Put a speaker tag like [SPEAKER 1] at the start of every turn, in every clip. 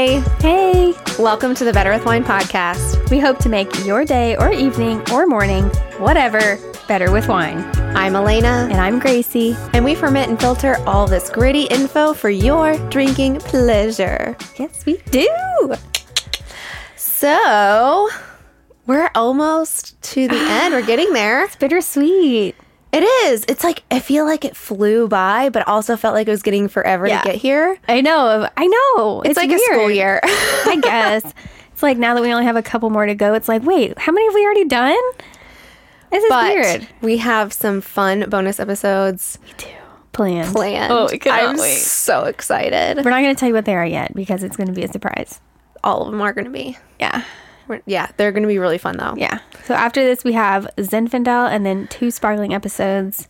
[SPEAKER 1] Hey, welcome to the Better with Wine podcast. We hope to make your day or evening or morning, whatever, better with wine.
[SPEAKER 2] I'm Elena,
[SPEAKER 1] And I'm Gracie.
[SPEAKER 2] and we ferment and filter all this gritty info for your drinking pleasure.
[SPEAKER 1] Yes, we do.
[SPEAKER 2] So, we're almost to the end. We're getting there.
[SPEAKER 1] Bittersweet.
[SPEAKER 2] It is. It's like, I feel like it flew by, but also felt like it was getting forever
[SPEAKER 1] Yeah.
[SPEAKER 2] to get here.
[SPEAKER 1] I know. I know. It's,
[SPEAKER 2] It's, like a school
[SPEAKER 1] weird.
[SPEAKER 2] year.
[SPEAKER 1] I guess. It's like now that we only have a couple more to go, it's like, wait, how many have we already done? This is
[SPEAKER 2] but
[SPEAKER 1] weird.
[SPEAKER 2] we have some fun bonus episodes
[SPEAKER 1] Planned.
[SPEAKER 2] planned.
[SPEAKER 1] Oh, I cannot
[SPEAKER 2] I'm
[SPEAKER 1] wait.
[SPEAKER 2] so excited.
[SPEAKER 1] We're not going to tell you what they are yet because it's going to be a surprise.
[SPEAKER 2] All of them are going to be.
[SPEAKER 1] Yeah.
[SPEAKER 2] we're- Yeah, they're going to be really fun though.
[SPEAKER 1] Yeah. So after this, we have Zinfandel and then two sparkling episodes.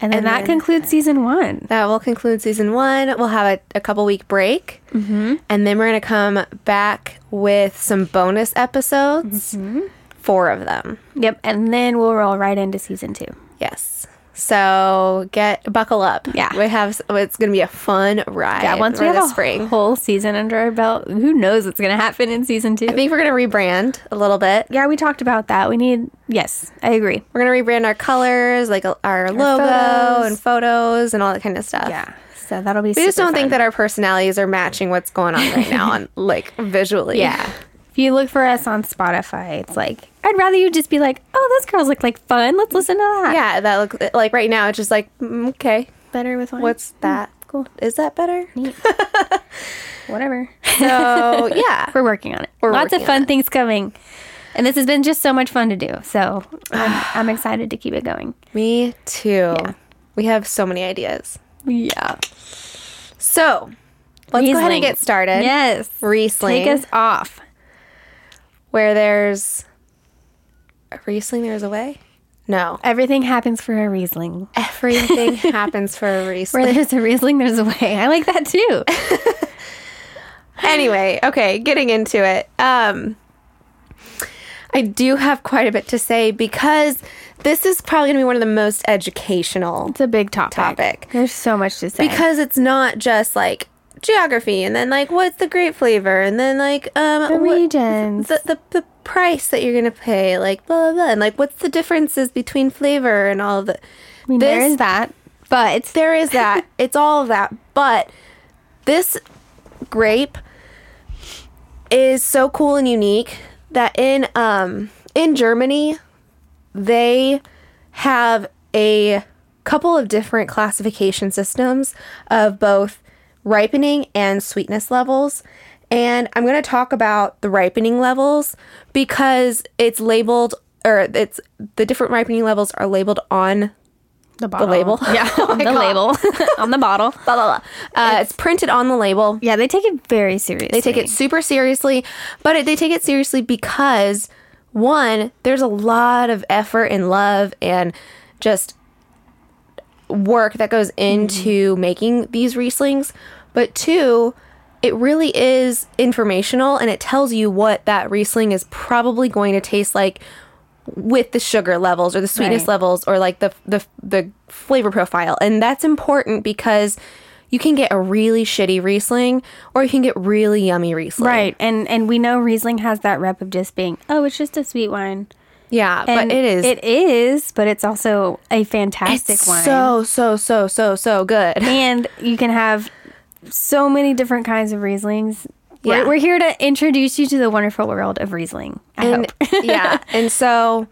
[SPEAKER 1] And then
[SPEAKER 2] And
[SPEAKER 1] that
[SPEAKER 2] then-
[SPEAKER 1] concludes season one.
[SPEAKER 2] That will conclude season one. We'll have a, a couple week break. Mm-hmm. And then we're going to come back with some bonus episodes.
[SPEAKER 1] Mm-hmm.
[SPEAKER 2] Four of them.
[SPEAKER 1] Yep. And then we'll roll right into season two.
[SPEAKER 2] Yes. So get buckle up.
[SPEAKER 1] Yeah.
[SPEAKER 2] We have s- it's going to be a fun ride.
[SPEAKER 1] Yeah. Once we
[SPEAKER 2] for
[SPEAKER 1] have
[SPEAKER 2] the
[SPEAKER 1] a
[SPEAKER 2] spring.
[SPEAKER 1] whole season under our belt, who knows what's going to happen in season two?
[SPEAKER 2] I think we're going to rebrand a little bit.
[SPEAKER 1] yeah. We talked about that. We need, yes, I agree.
[SPEAKER 2] We're going to rebrand our colors, like uh, our, logo
[SPEAKER 1] photos.
[SPEAKER 2] and photos and all that kind of stuff.
[SPEAKER 1] Yeah. So that'll be
[SPEAKER 2] We just don't think that our personalities are matching what's going on right now on like visually.
[SPEAKER 1] Yeah. If you look for us on Spotify, it's like, I'd rather you just be like, oh, those girls look like fun. Let's listen to that.
[SPEAKER 2] Yeah, that look like right now it's just like mm, okay.
[SPEAKER 1] Better with one.
[SPEAKER 2] What's that?
[SPEAKER 1] cool.
[SPEAKER 2] Is that better?
[SPEAKER 1] Whatever.
[SPEAKER 2] So yeah.
[SPEAKER 1] We're working on it.
[SPEAKER 2] We're
[SPEAKER 1] Lots of
[SPEAKER 2] working
[SPEAKER 1] fun things coming. And this has been just so much fun to do. So I'm, I'm excited to keep it going.
[SPEAKER 2] Me too. We have so many ideas.
[SPEAKER 1] Yeah.
[SPEAKER 2] So let's go ahead and get started.
[SPEAKER 1] Yes.
[SPEAKER 2] Riesling.
[SPEAKER 1] Take us off.
[SPEAKER 2] where there's a Riesling there's a way? No.
[SPEAKER 1] Everything happens for a Riesling.
[SPEAKER 2] Everything happens for a Riesling.
[SPEAKER 1] Where there's a Riesling, there's a way. I like that too.
[SPEAKER 2] anyway, okay, getting into it. Um I do have quite a bit to say because this is probably going to be one of the most educational
[SPEAKER 1] It's a big topic.
[SPEAKER 2] Topic.
[SPEAKER 1] There's so much to say.
[SPEAKER 2] because it's not just like geography and then like what's the grape flavor and then like um
[SPEAKER 1] the
[SPEAKER 2] what-
[SPEAKER 1] regions.
[SPEAKER 2] the, the, the price that you're gonna pay like blah blah blah and like what's the differences between flavor and all of the
[SPEAKER 1] I mean, there
[SPEAKER 2] this-
[SPEAKER 1] is that. But it's
[SPEAKER 2] there is that it's all of that but this grape is so cool and unique that in um in Germany they have a couple of different classification systems of both ripening and sweetness levels. And I'm going to talk about the ripening levels because it's labeled or it's the different ripening levels are labeled on
[SPEAKER 1] the bottle.
[SPEAKER 2] label.
[SPEAKER 1] Yeah.
[SPEAKER 2] Oh my
[SPEAKER 1] the label. on the bottle.
[SPEAKER 2] blah blah blah. Uh, it's printed on the label.
[SPEAKER 1] Yeah, they take it very seriously.
[SPEAKER 2] They take it super seriously, but it, they take it seriously because one, there's a lot of effort and love and just work that goes into making these Rieslings, but two, it really is informational and it tells you what that Riesling is probably going to taste like with the sugar levels or the sweetness
[SPEAKER 1] Right.
[SPEAKER 2] levels or like the the the flavor profile. And that's important because you can get a really shitty Riesling or you can get really yummy Riesling.
[SPEAKER 1] Right, and and we know Riesling has that rep of just being, oh, it's just a sweet wine,
[SPEAKER 2] Yeah,
[SPEAKER 1] and
[SPEAKER 2] but it is
[SPEAKER 1] it is, but it's also a fantastic wine,
[SPEAKER 2] so so so so so good.
[SPEAKER 1] and you can have so many different kinds of Rieslings.
[SPEAKER 2] Yeah.
[SPEAKER 1] We're, we're here to introduce you to the wonderful world of Riesling. I
[SPEAKER 2] and
[SPEAKER 1] hope.
[SPEAKER 2] yeah and so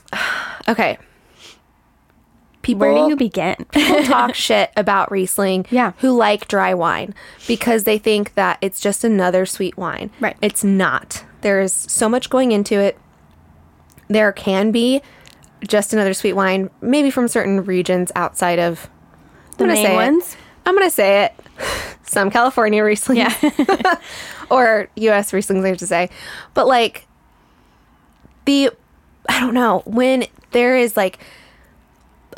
[SPEAKER 2] okay people
[SPEAKER 1] Where do you begin?
[SPEAKER 2] people talk shit about riesling
[SPEAKER 1] Yeah.
[SPEAKER 2] who like dry wine because they think that it's just another sweet wine
[SPEAKER 1] Right.
[SPEAKER 2] it's not there's so much going into it there can be just another sweet wine maybe from certain regions outside of
[SPEAKER 1] The
[SPEAKER 2] I'm gonna
[SPEAKER 1] main
[SPEAKER 2] say it.
[SPEAKER 1] ones?
[SPEAKER 2] i'm gonna say it some california riesling
[SPEAKER 1] yeah,
[SPEAKER 2] or U.S. Rieslings, I have to say. But like the, I don't know when there is like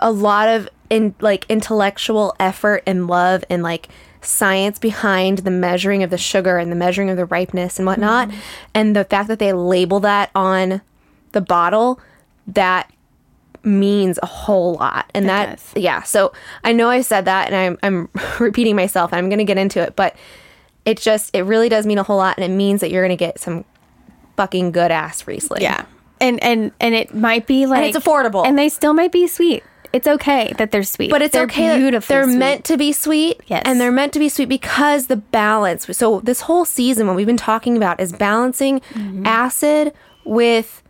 [SPEAKER 2] a lot of in like intellectual effort and love and like science behind the measuring of the sugar and the measuring of the ripeness and whatnot, and the fact that they label that on the bottle, that means a whole lot and that yeah so i know i said that and i'm, I'm repeating myself and i'm gonna get into it but It just it really does mean a whole lot, and it means that you're gonna get some fucking good ass Riesling.
[SPEAKER 1] Yeah. And and and it might be like
[SPEAKER 2] it's affordable.
[SPEAKER 1] and they still might be sweet. It's okay that they're sweet,
[SPEAKER 2] But it's
[SPEAKER 1] they're
[SPEAKER 2] okay. that
[SPEAKER 1] Beautiful.
[SPEAKER 2] They're meant to be sweet.
[SPEAKER 1] Yes.
[SPEAKER 2] And they're meant to be sweet because the balance. So this whole season, what we've been talking about is balancing
[SPEAKER 1] Mm-hmm.
[SPEAKER 2] acid with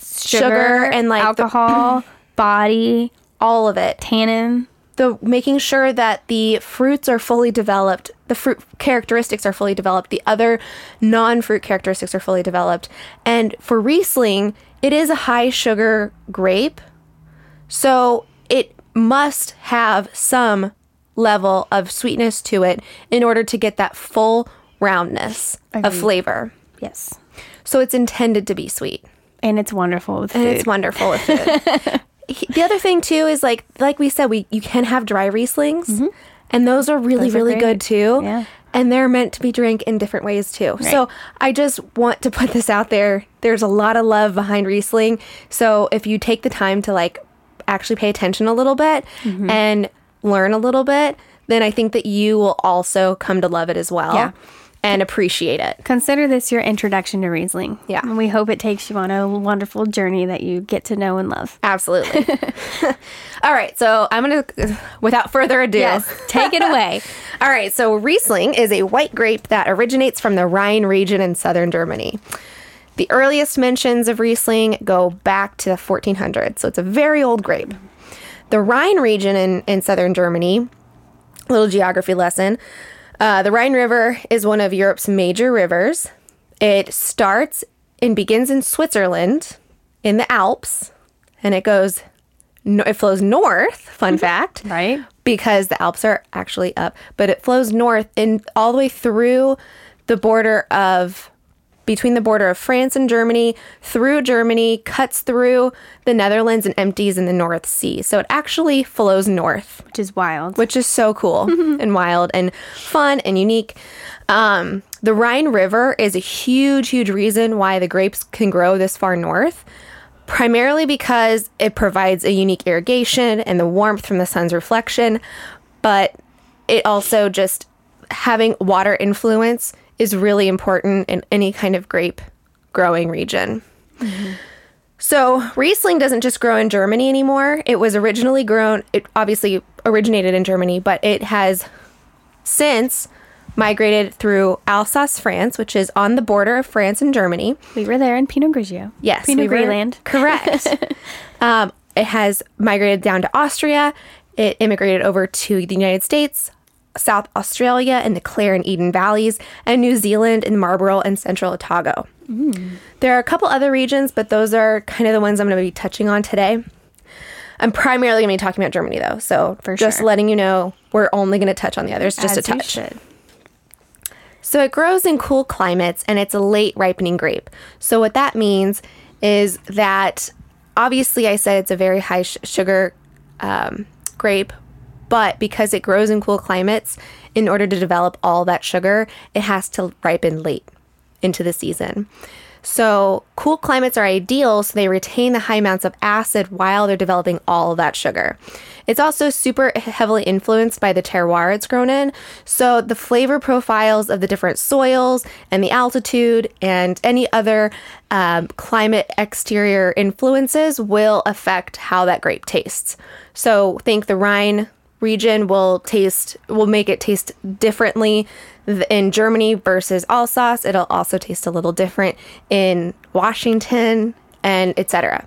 [SPEAKER 2] sugar, and like the-
[SPEAKER 1] alcohol, body,
[SPEAKER 2] all of it.
[SPEAKER 1] tannin.
[SPEAKER 2] The making sure that the fruits are fully developed, the fruit characteristics are fully developed, the other non-fruit characteristics are fully developed. And for Riesling, it is a high sugar grape. So it must have some level of sweetness to it in order to get that full roundness of flavor.
[SPEAKER 1] Yes.
[SPEAKER 2] So it's intended to be sweet.
[SPEAKER 1] And it's wonderful with
[SPEAKER 2] And
[SPEAKER 1] food.
[SPEAKER 2] it's wonderful with food. He- the other thing too is like like we said, we you can have dry Rieslings. And those are
[SPEAKER 1] Mm-hmm.
[SPEAKER 2] really,
[SPEAKER 1] Those are
[SPEAKER 2] really
[SPEAKER 1] great.
[SPEAKER 2] good too.
[SPEAKER 1] Yeah.
[SPEAKER 2] And they're meant to be drank in different ways too. So I just want to put this out there. There's a lot of love behind Riesling. So if you take the time to like actually pay attention a little bit
[SPEAKER 1] Mm-hmm.
[SPEAKER 2] and learn a little bit, then I think that you will also come to love it as well
[SPEAKER 1] Yeah.
[SPEAKER 2] and appreciate it.
[SPEAKER 1] Consider this your introduction to Riesling.
[SPEAKER 2] Yeah.
[SPEAKER 1] And we hope it takes you on a wonderful journey that you get to know and love.
[SPEAKER 2] Absolutely. All right, so I'm gonna, without further ado,
[SPEAKER 1] Take it away.
[SPEAKER 2] All right, so Riesling is a white grape that originates from the Rhine region in southern Germany. The earliest mentions of Riesling go back to the 1400s, so it's a very old grape. The Rhine region in, in southern Germany, little geography lesson, uh, the Rhine River is one of Europe's major rivers. It starts and begins in Switzerland in the Alps, and it goes, no, it flows north, fun fact
[SPEAKER 1] Right.
[SPEAKER 2] because the Alps are actually up, but it flows north and all the way through the border of between the border of France and Germany, through Germany, cuts through the Netherlands and empties in the North Sea. So it actually flows north
[SPEAKER 1] Which is wild.
[SPEAKER 2] which is so cool and wild and fun and unique. Um, the Rhine River is a huge, huge reason why the grapes can grow this far north, primarily because it provides a unique irrigation and the warmth from the sun's reflection, but it also just having water influence is really important in any kind of grape growing region. So Riesling doesn't just grow in Germany anymore. It was originally grown, it obviously originated in Germany, but it has since migrated through Alsace, France, which is on the border of France and Germany.
[SPEAKER 1] we were there in Pinot Grigio.
[SPEAKER 2] Yes,
[SPEAKER 1] Pinot
[SPEAKER 2] we were-
[SPEAKER 1] Grigland.
[SPEAKER 2] Correct. um, it has migrated down to Austria. It immigrated over to the United States, South Australia, and the Clare and Eden valleys, and New Zealand and Marlborough and Central Otago.
[SPEAKER 1] Mm.
[SPEAKER 2] There are a couple other regions, but those are kind of the ones I'm going to be touching on today. I'm primarily going to be talking about Germany, though, so
[SPEAKER 1] For
[SPEAKER 2] just
[SPEAKER 1] sure.
[SPEAKER 2] letting you know, we're only going to touch on the others just
[SPEAKER 1] As
[SPEAKER 2] a
[SPEAKER 1] you
[SPEAKER 2] touch.
[SPEAKER 1] should.
[SPEAKER 2] So it grows in cool climates and it's a late ripening grape. So what that means is that obviously I said it's a very high sh- sugar um, grape, but because it grows in cool climates, in order to develop all that sugar, it has to ripen late into the season. So cool climates are ideal so they retain the high amounts of acid while they're developing all that sugar. It's also super heavily influenced by the terroir it's grown in. So the flavor profiles of the different soils and the altitude and any other um, climate exterior influences will affect how that grape tastes. So think the Rhine region will taste will make it taste differently th- in Germany versus Alsace. It'll also taste a little different in Washington and etc.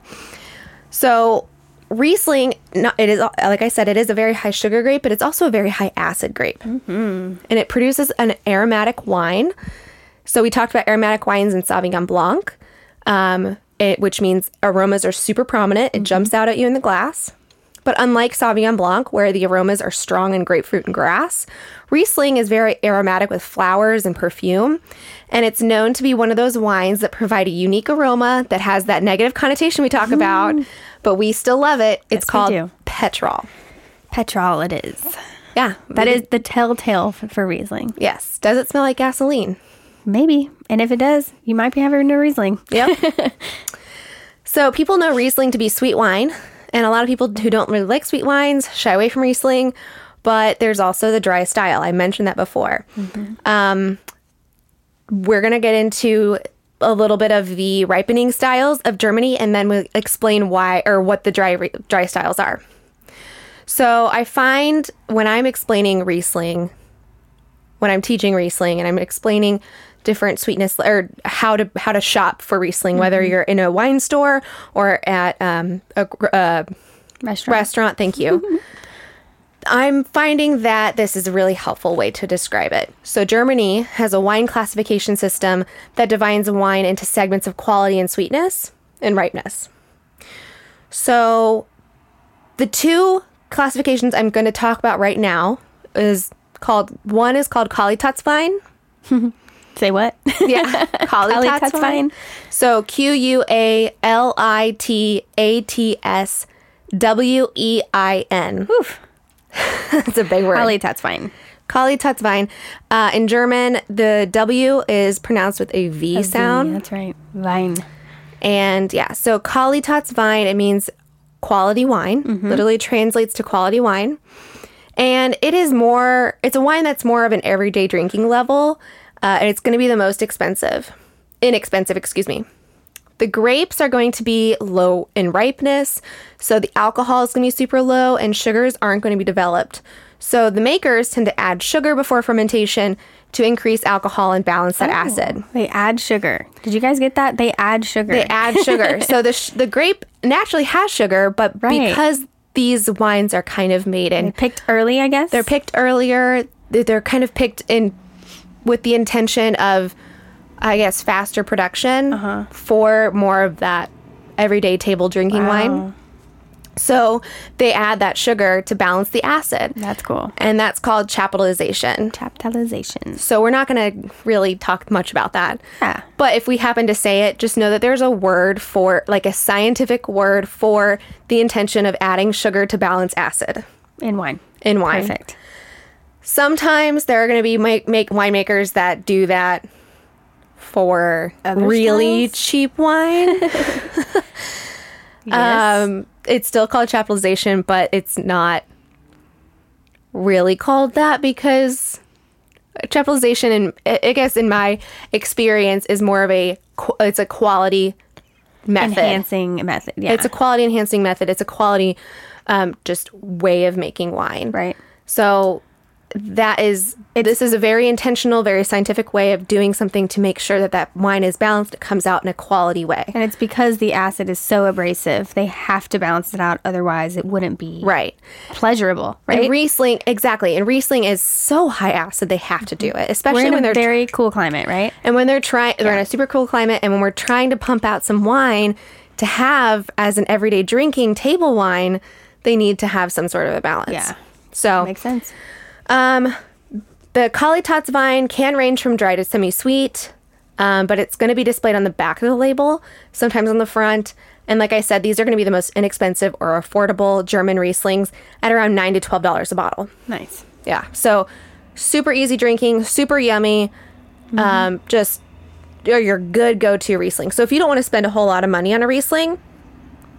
[SPEAKER 2] So Riesling, no, it is like I said, it is a very high sugar grape, but it's also a very high acid grape, and it produces an aromatic wine. So we talked about aromatic wines in Sauvignon Blanc, um, it, which means aromas are super prominent. It
[SPEAKER 1] Mm-hmm.
[SPEAKER 2] jumps out at you in the glass. But unlike Sauvignon Blanc, where the aromas are strong in grapefruit and grass, Riesling is very aromatic with flowers and perfume. And it's known to be one of those wines that provide a unique aroma that has that negative connotation we talk about, but we still love it.
[SPEAKER 1] Mm. Yes,
[SPEAKER 2] It's called
[SPEAKER 1] we do.
[SPEAKER 2] Petrol.
[SPEAKER 1] Petrol it is.
[SPEAKER 2] Yeah.
[SPEAKER 1] That is the telltale f- for Riesling.
[SPEAKER 2] Yes. Does it smell like gasoline?
[SPEAKER 1] Maybe. And if it does, you might be having a Riesling.
[SPEAKER 2] Yep. so people know Riesling to be sweet wine, and a lot of people who don't really like sweet wines shy away from Riesling. but there's also the dry style. I mentioned that before. Um, we're going to get into a little bit of the ripening styles of Germany and then we'll explain why or what the dry re- dry styles are. So I find when I'm explaining Riesling, when I'm teaching Riesling and I'm explaining different sweetness or how to how to shop for Riesling, whether you're in a wine store or at um, a, gr- uh
[SPEAKER 1] Restaurant.
[SPEAKER 2] restaurant. Thank you. I'm finding that this is a really helpful way to describe it. So, Germany has a wine classification system that divides wine into segments of quality and sweetness and ripeness. So, the two classifications I'm going to talk about right now is called one is called Qualitätswein.
[SPEAKER 1] Say what?
[SPEAKER 2] Yeah, Qualitätswein.
[SPEAKER 1] Qualitätswein.
[SPEAKER 2] So Q U A L I T A T S W E I N.
[SPEAKER 1] Oof.
[SPEAKER 2] That's a big word.
[SPEAKER 1] Probably that's fine.
[SPEAKER 2] Qualitätswein. Uh, in German, the W is pronounced with a V sound.
[SPEAKER 1] That's right. Vine.
[SPEAKER 2] And yeah, so Qualitätswein, it means quality wine. Literally translates to quality wine. And it is more, it's a wine that's more of an everyday drinking level. Uh, and it's going to be the most expensive, inexpensive, excuse me. The grapes are going to be low in ripeness, so the alcohol is going to be super low and sugars aren't going to be developed. So the makers tend to add sugar before fermentation to increase alcohol and balance
[SPEAKER 1] Oh.
[SPEAKER 2] that acid.
[SPEAKER 1] They add sugar. Did you guys get that? They add sugar.
[SPEAKER 2] They add sugar. so the sh- the grape naturally has sugar, but
[SPEAKER 1] Right.
[SPEAKER 2] because these wines are kind of made and
[SPEAKER 1] Picked early, I guess.
[SPEAKER 2] they're picked earlier, th- they're kind of picked in with the intention of, I guess, faster production for more of that everyday table drinking wine. So they add that sugar to balance the acid.
[SPEAKER 1] That's cool.
[SPEAKER 2] And that's called chapitalization.
[SPEAKER 1] Capitalizations.
[SPEAKER 2] So we're not going to really talk much about that.
[SPEAKER 1] Yeah.
[SPEAKER 2] But if we happen to say it, just know that there's a word for, like a scientific word for the intention of adding sugar to balance acid
[SPEAKER 1] In wine.
[SPEAKER 2] in wine.
[SPEAKER 1] Perfect.
[SPEAKER 2] Sometimes there are going to be make, make winemakers that do that for
[SPEAKER 1] Other
[SPEAKER 2] really cheap wine. Um, it's still called chapitalization, but it's not really called that because chapitalization, in I I guess in my experience, is more of a qu- it's a quality method.
[SPEAKER 1] Enhancing method. Yeah.
[SPEAKER 2] It's a quality enhancing method. It's a quality um, just way of making wine.
[SPEAKER 1] right.
[SPEAKER 2] So that is this is a very intentional, very scientific way of doing something to make sure that that wine is balanced. It comes out in a quality way.
[SPEAKER 1] And it's because the acid is so abrasive, they have to balance it out. Otherwise, it wouldn't be
[SPEAKER 2] Right.
[SPEAKER 1] pleasurable. Right.
[SPEAKER 2] And Riesling, exactly. And Riesling is so high acid, they have to do it, especially
[SPEAKER 1] Mm-hmm. We're in
[SPEAKER 2] when
[SPEAKER 1] a
[SPEAKER 2] they're
[SPEAKER 1] very cool climate, right?
[SPEAKER 2] and when they're trying. They're in a super cool climate, and when we're trying to pump out some wine to have as an everyday drinking table wine, they need to have some sort of a balance.
[SPEAKER 1] Yeah.
[SPEAKER 2] So
[SPEAKER 1] Makes sense.
[SPEAKER 2] Um, the Kalitats vine can range from dry to semi-sweet, um, but it's going to be displayed on the back of the label, sometimes on the front. And like I said, these are going to be the most inexpensive or affordable German Rieslings at around nine to twelve dollars a bottle.
[SPEAKER 1] Nice.
[SPEAKER 2] Yeah, so super easy drinking, super yummy. Um, just they're your good go-to Riesling. So if you don't want to spend a whole lot of money on a Riesling,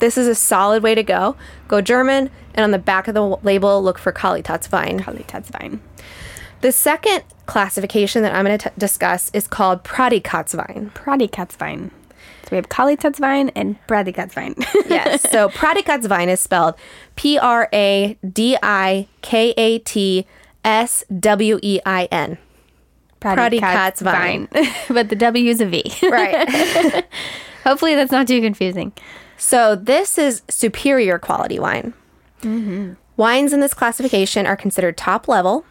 [SPEAKER 2] this is a solid way to go. Go German, and on the back of the w- label, look for Kalitats vine.
[SPEAKER 1] Probably that's fine.
[SPEAKER 2] The second classification that I'm going to t- discuss is called Pradikatswein.
[SPEAKER 1] Pradikatswein. So we have Kalitatswein and Pradikatswein.
[SPEAKER 2] Yes. so Pradikatswein is spelled P R A D I K A T S W E I N. Pradikatswein.
[SPEAKER 1] but the W is a V.
[SPEAKER 2] Right.
[SPEAKER 1] Hopefully, that's not too confusing.
[SPEAKER 2] so this is superior quality wine. Wines in this classification are considered top level.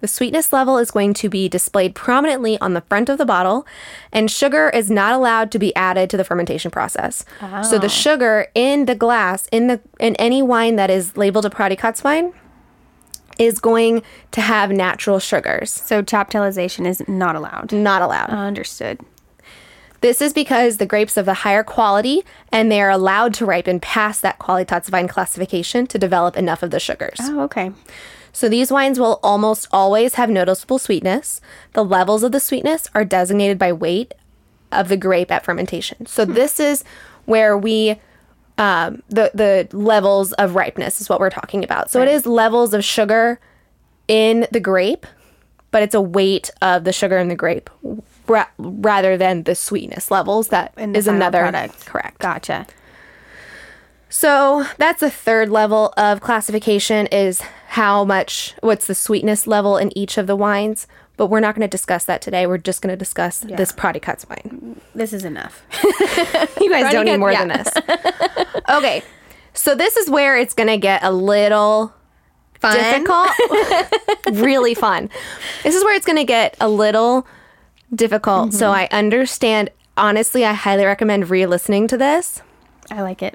[SPEAKER 2] The sweetness level is going to be displayed prominently on the front of the bottle, and sugar is not allowed to be added to the fermentation process. So the sugar in the glass in the in any wine that is labeled a Prodicatz wine is going to have natural sugars.
[SPEAKER 1] So chaptalization is not allowed.
[SPEAKER 2] Not allowed.
[SPEAKER 1] Understood.
[SPEAKER 2] This is because the grapes of the higher quality and they are allowed to ripen past that Qualitätswein classification to develop enough of the sugars.
[SPEAKER 1] Oh, okay.
[SPEAKER 2] So these wines will almost always have noticeable sweetness. The levels of the sweetness are designated by weight of the grape at fermentation. So
[SPEAKER 1] Hmm.
[SPEAKER 2] this is where we um, the the levels of ripeness is what we're talking about. So it is levels of sugar in the grape, but it's a weight of the sugar in the grape ra- rather than the sweetness levels. That is
[SPEAKER 1] In the final
[SPEAKER 2] another
[SPEAKER 1] product.
[SPEAKER 2] correct.
[SPEAKER 1] Gotcha.
[SPEAKER 2] So that's the third level of classification is how much what's the sweetness level in each of the wines. But we're not going to discuss that today. We're just going to discuss this Prati Cuts wine.
[SPEAKER 1] This is enough.
[SPEAKER 2] You guys
[SPEAKER 1] Prati
[SPEAKER 2] don't need
[SPEAKER 1] Cuts-
[SPEAKER 2] more
[SPEAKER 1] yeah.
[SPEAKER 2] than this. okay, so this is where it's going to get a little
[SPEAKER 1] Fun.
[SPEAKER 2] difficult. really fun. This is where it's going to get a little difficult. So
[SPEAKER 1] Mm-hmm.
[SPEAKER 2] I understand. Honestly, I highly recommend re listening to this.
[SPEAKER 1] I like it.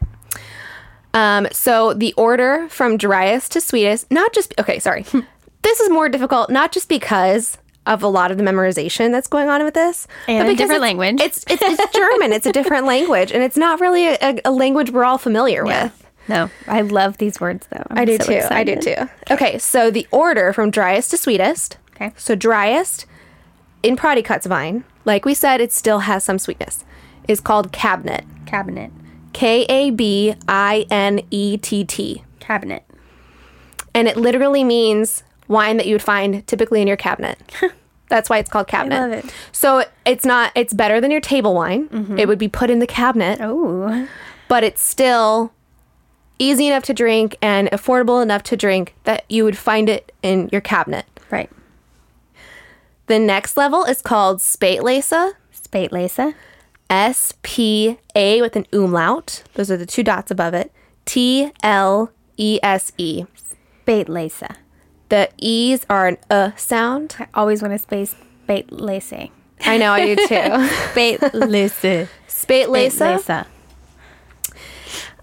[SPEAKER 2] Um, so the order from driest to sweetest, not just, okay, sorry.
[SPEAKER 1] Hmm.
[SPEAKER 2] this is more difficult, not just because of a lot of the memorization that's going on with this
[SPEAKER 1] And a
[SPEAKER 2] because
[SPEAKER 1] different
[SPEAKER 2] it's-
[SPEAKER 1] language.
[SPEAKER 2] It's, it's, it's German, it's a different language, and it's not really a, a, a language we're all familiar with.
[SPEAKER 1] No, I love these words though. I'm
[SPEAKER 2] I do
[SPEAKER 1] so
[SPEAKER 2] too. I do
[SPEAKER 1] excited.
[SPEAKER 2] too. Okay, so the order from driest to sweetest.
[SPEAKER 1] Okay.
[SPEAKER 2] So driest in Prati Cuts Vine, like we said, it still has some sweetness, is called Cabinet.
[SPEAKER 1] Cabinet.
[SPEAKER 2] K A B I N E T T.
[SPEAKER 1] Cabinet.
[SPEAKER 2] And it literally means wine that you would find typically in your cabinet. That's why it's called cabinet.
[SPEAKER 1] love it. Mm-hmm.
[SPEAKER 2] So it's not, it's better than your table wine. It would be put in the cabinet
[SPEAKER 1] Oh,
[SPEAKER 2] but it's still easy enough to drink and affordable enough to drink that you would find it in your cabinet.
[SPEAKER 1] right.
[SPEAKER 2] The next level is called Spätlese,
[SPEAKER 1] Spate Lisa.
[SPEAKER 2] S P A with an umlaut. Those are the two dots above it. T L E S E.
[SPEAKER 1] Spate Lisa.
[SPEAKER 2] The E's are an uh sound.
[SPEAKER 1] I always want to space Spate Lisa.
[SPEAKER 2] I know I do too.
[SPEAKER 1] Spate Lisa.
[SPEAKER 2] Spätlese.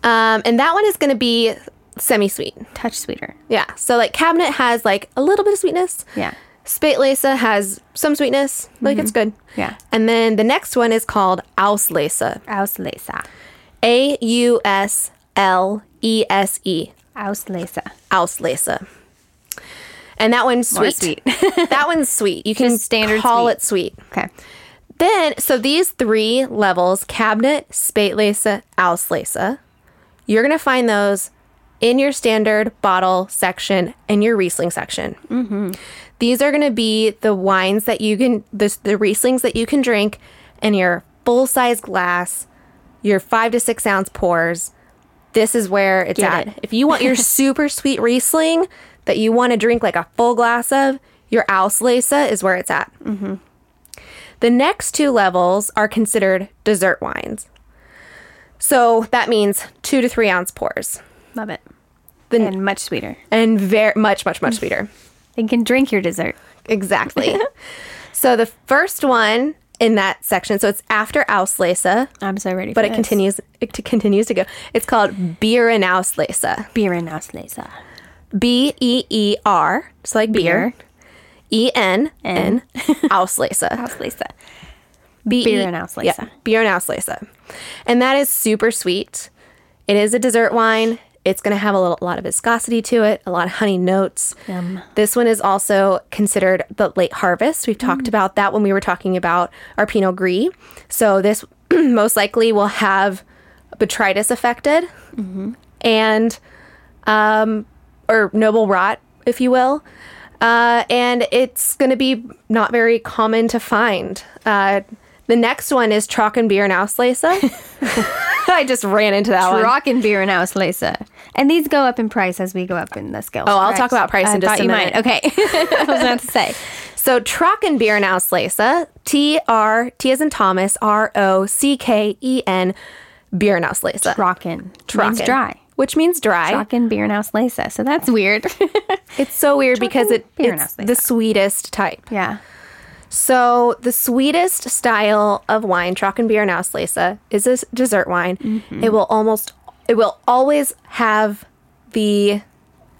[SPEAKER 2] Um, and that one is going to be semi-sweet.
[SPEAKER 1] Touch sweeter.
[SPEAKER 2] Yeah. So like cabinet has like a little bit of sweetness.
[SPEAKER 1] Yeah. Mm-hmm.
[SPEAKER 2] Spätlese has some sweetness, like it's good.
[SPEAKER 1] Yeah.
[SPEAKER 2] And then the next one is called Auslese.
[SPEAKER 1] Auslese.
[SPEAKER 2] A U S L E S E.
[SPEAKER 1] Auslese.
[SPEAKER 2] Auslese. And that one's
[SPEAKER 1] More
[SPEAKER 2] sweet. that one's sweet. You can
[SPEAKER 1] Just standard
[SPEAKER 2] call
[SPEAKER 1] sweet.
[SPEAKER 2] it sweet.
[SPEAKER 1] Okay.
[SPEAKER 2] Then, so these three levels cabinet, Spätlese, Auslese you're going to find those in your standard bottle section and your Riesling section. These are going to be the wines that you can, the, the Rieslings that you can drink in your full size glass, your five to six ounce pours. This is where it's
[SPEAKER 1] Get
[SPEAKER 2] at.
[SPEAKER 1] it.
[SPEAKER 2] If you want your super sweet Riesling that you want to drink like a full glass of, your Auslese is where it's at.
[SPEAKER 1] Mm-hmm.
[SPEAKER 2] The next two levels are considered dessert wines. So that means two to three ounce pours
[SPEAKER 1] Love it.
[SPEAKER 2] The-
[SPEAKER 1] and much sweeter.
[SPEAKER 2] and very much, much,
[SPEAKER 1] Mm.
[SPEAKER 2] much sweeter.
[SPEAKER 1] You can drink your dessert.
[SPEAKER 2] Exactly. so the first one in that section, so it's after Auslese,
[SPEAKER 1] I'm so ready
[SPEAKER 2] but
[SPEAKER 1] for
[SPEAKER 2] it
[SPEAKER 1] this.
[SPEAKER 2] continues it t- continues to go. It's called Beer and Auslese.
[SPEAKER 1] Beer and Auslese.
[SPEAKER 2] B E E R, so like beer. E N N Auslese.
[SPEAKER 1] Auslese.
[SPEAKER 2] B E-
[SPEAKER 1] Beer and Auslese.
[SPEAKER 2] Yeah, beer and Auslese. And that is super sweet. It is a dessert wine. It's going to have a little, lot of viscosity to it, a lot of honey notes.
[SPEAKER 1] Yum.
[SPEAKER 2] This one is also considered the late harvest. We've talked
[SPEAKER 1] Mm.
[SPEAKER 2] about that when we were talking about our Pinot Gris. So this most likely will have botrytis affected
[SPEAKER 1] Mm-hmm.
[SPEAKER 2] and um, or noble rot, if you will. Uh, and it's going to be not very common to find. Uh, the next one is Trock and Beer and Auslese. I just ran into that one.
[SPEAKER 1] Rockin' beer and Auslese. And these go up in price as we go up in the scale.
[SPEAKER 2] Oh, I'll talk about price in just a minute.
[SPEAKER 1] Okay. I was about to say.
[SPEAKER 2] So Trockenbeer now, Slesa. T R T as in Thomas R O C K E N Beer now, Slesa.
[SPEAKER 1] Rockin'. Means
[SPEAKER 2] Trocken,
[SPEAKER 1] dry.
[SPEAKER 2] which means dry.
[SPEAKER 1] Rockin' beer and Auslese. So that's weird.
[SPEAKER 2] It's so weird because it,
[SPEAKER 1] Beer
[SPEAKER 2] it's
[SPEAKER 1] Auslese.
[SPEAKER 2] the sweetest type.
[SPEAKER 1] yeah.
[SPEAKER 2] So the sweetest style of wine, Trockenbeer now, Slesa, is a s- dessert wine. It will almost, it will always have the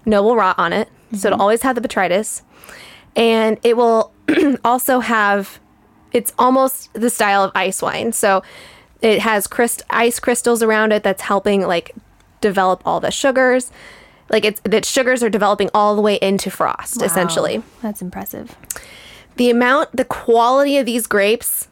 [SPEAKER 2] noble rot on it. So it'll always have the botrytis, and it will also have. It's almost the style of ice wine. So it has crystal ice crystals around it that's helping like develop all the sugars. Like it's that sugars are developing all the way into frost essentially
[SPEAKER 1] Wow. That's impressive.
[SPEAKER 2] the amount, the quality of these grapes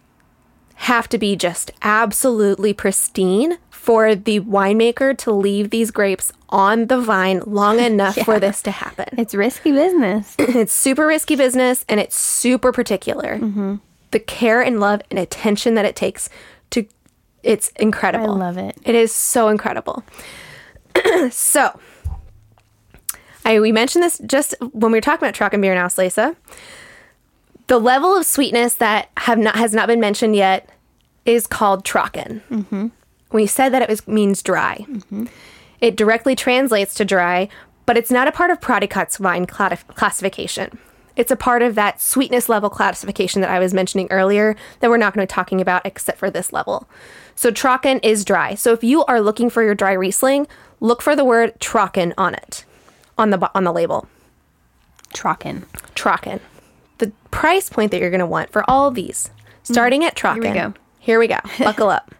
[SPEAKER 2] have to be just absolutely pristine for the winemaker to leave these grapes on the vine long enough for this to happen.
[SPEAKER 1] It's risky business.
[SPEAKER 2] It's super risky business and it's super particular.
[SPEAKER 1] Mm-hmm.
[SPEAKER 2] The care and love and attention that it takes to it's incredible.
[SPEAKER 1] love it.
[SPEAKER 2] It is so incredible. so, I we mentioned this just when we were talking about Trock and Beer Now, Lisa. The level of sweetness that have not has not been mentioned yet is called Trocken. Mm-hmm. We said that it was, means dry. It directly translates to dry, but it's not a part of Prodicot's wine cla- classification. It's a part of that sweetness level classification that I was mentioning earlier that we're not going to be talking about except for this level. So Trocken is dry. So if you are looking for your dry Riesling, look for the word Trocken on it, on the bo- on the label.
[SPEAKER 1] Trockin.
[SPEAKER 2] Trocken. The price point that you're going to want for all of these, starting at Trocken.
[SPEAKER 1] we go.
[SPEAKER 2] Here we go. Buckle up.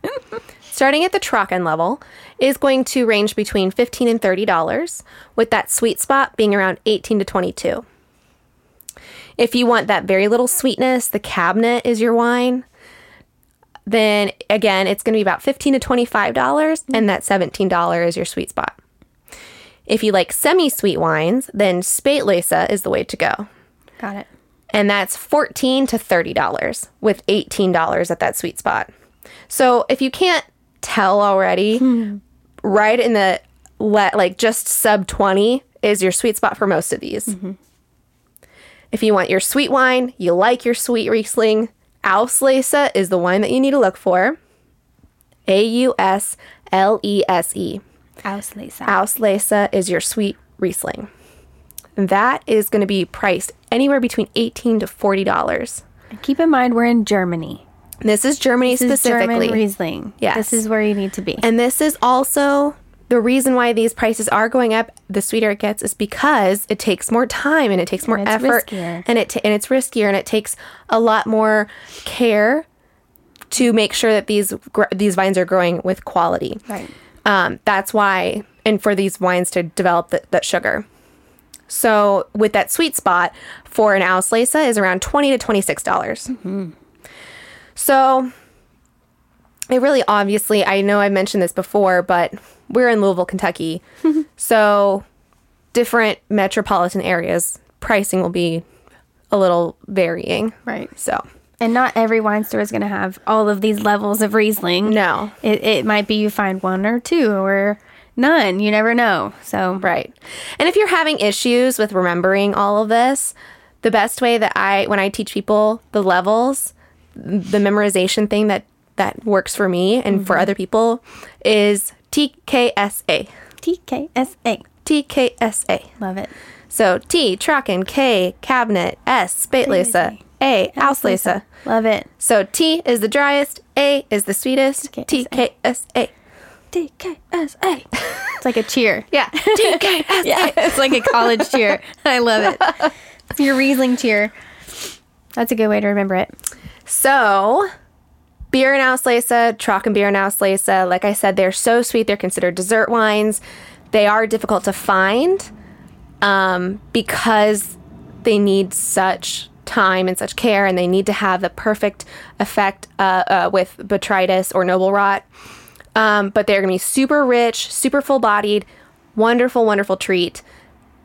[SPEAKER 2] starting at the Trocken level is going to range between 15 and $30, with that sweet spot being around 18 to 22. If you want that very little sweetness, the cabinet is your wine. Then again, it's going to be about 15 to $25 and that $17 is your sweet spot. If you like semi-sweet wines, then Spätlese is the way to go
[SPEAKER 1] Got it.
[SPEAKER 2] and that's $14 to $30 with $18 at that sweet spot. So if you can't tell already, right in the le- like just sub 20 is your sweet spot for most of these. If you want your sweet wine, you like your sweet Riesling, Auslese is the wine that you need to look for. A U S L E S E. Ah.
[SPEAKER 1] Auslese.
[SPEAKER 2] Auslese is your sweet Riesling. That is going to be priced anywhere between 18 to $40.
[SPEAKER 1] Keep in mind, we're in Germany.
[SPEAKER 2] This is Germany
[SPEAKER 1] This is
[SPEAKER 2] specifically.
[SPEAKER 1] German Riesling.
[SPEAKER 2] Yes.
[SPEAKER 1] This is where you need to be.
[SPEAKER 2] and this is also the reason why these prices are going up the sweeter it gets is because it takes more time and it takes more
[SPEAKER 1] it's
[SPEAKER 2] effort
[SPEAKER 1] riskier.
[SPEAKER 2] and it ta- and it's riskier and it takes a lot more care to make sure that these gr- these vines are growing with quality.
[SPEAKER 1] Right.
[SPEAKER 2] Um, that's why, and for these wines to develop th- that sugar. So, with that sweet spot for an Auslese is around twenty to twenty six dollars. So, it really obviously, I know I mentioned this before, but we're in Louisville, Kentucky, so different metropolitan areas pricing will be a little varying.
[SPEAKER 1] Right.
[SPEAKER 2] So,
[SPEAKER 1] And not every wine store is going to have all of these levels of Riesling.
[SPEAKER 2] no,
[SPEAKER 1] It, it might be you find one or two or none. You never know. So,
[SPEAKER 2] Right. And if you're having issues with remembering all of this, the best way that I when I teach people the levels, the memorization thing that that works for me and for other people is TKSA.
[SPEAKER 1] TKSA.
[SPEAKER 2] TKSA.
[SPEAKER 1] Love it.
[SPEAKER 2] So T, Trocken, K, Cabinet, S, Spätlese, A, Auslese.
[SPEAKER 1] Love it.
[SPEAKER 2] So T is the driest, A is the sweetest,
[SPEAKER 1] TKSA.
[SPEAKER 2] TKSA.
[SPEAKER 1] TKSA. It's like a cheer.
[SPEAKER 2] Yeah, TKSA.
[SPEAKER 1] Yeah, it's like a college cheer. I love it. It's your Riesling cheer. That's a good way to remember it.
[SPEAKER 2] So, beer and Auslese, Trock and beer and Auslese, like I said, they're so sweet. They're considered dessert wines. They are difficult to find um, because they need such time and such care, and they need to have the perfect effect uh, uh, with botrytis or noble rot. Um, but they're going to be super rich, super full bodied, wonderful, wonderful treat.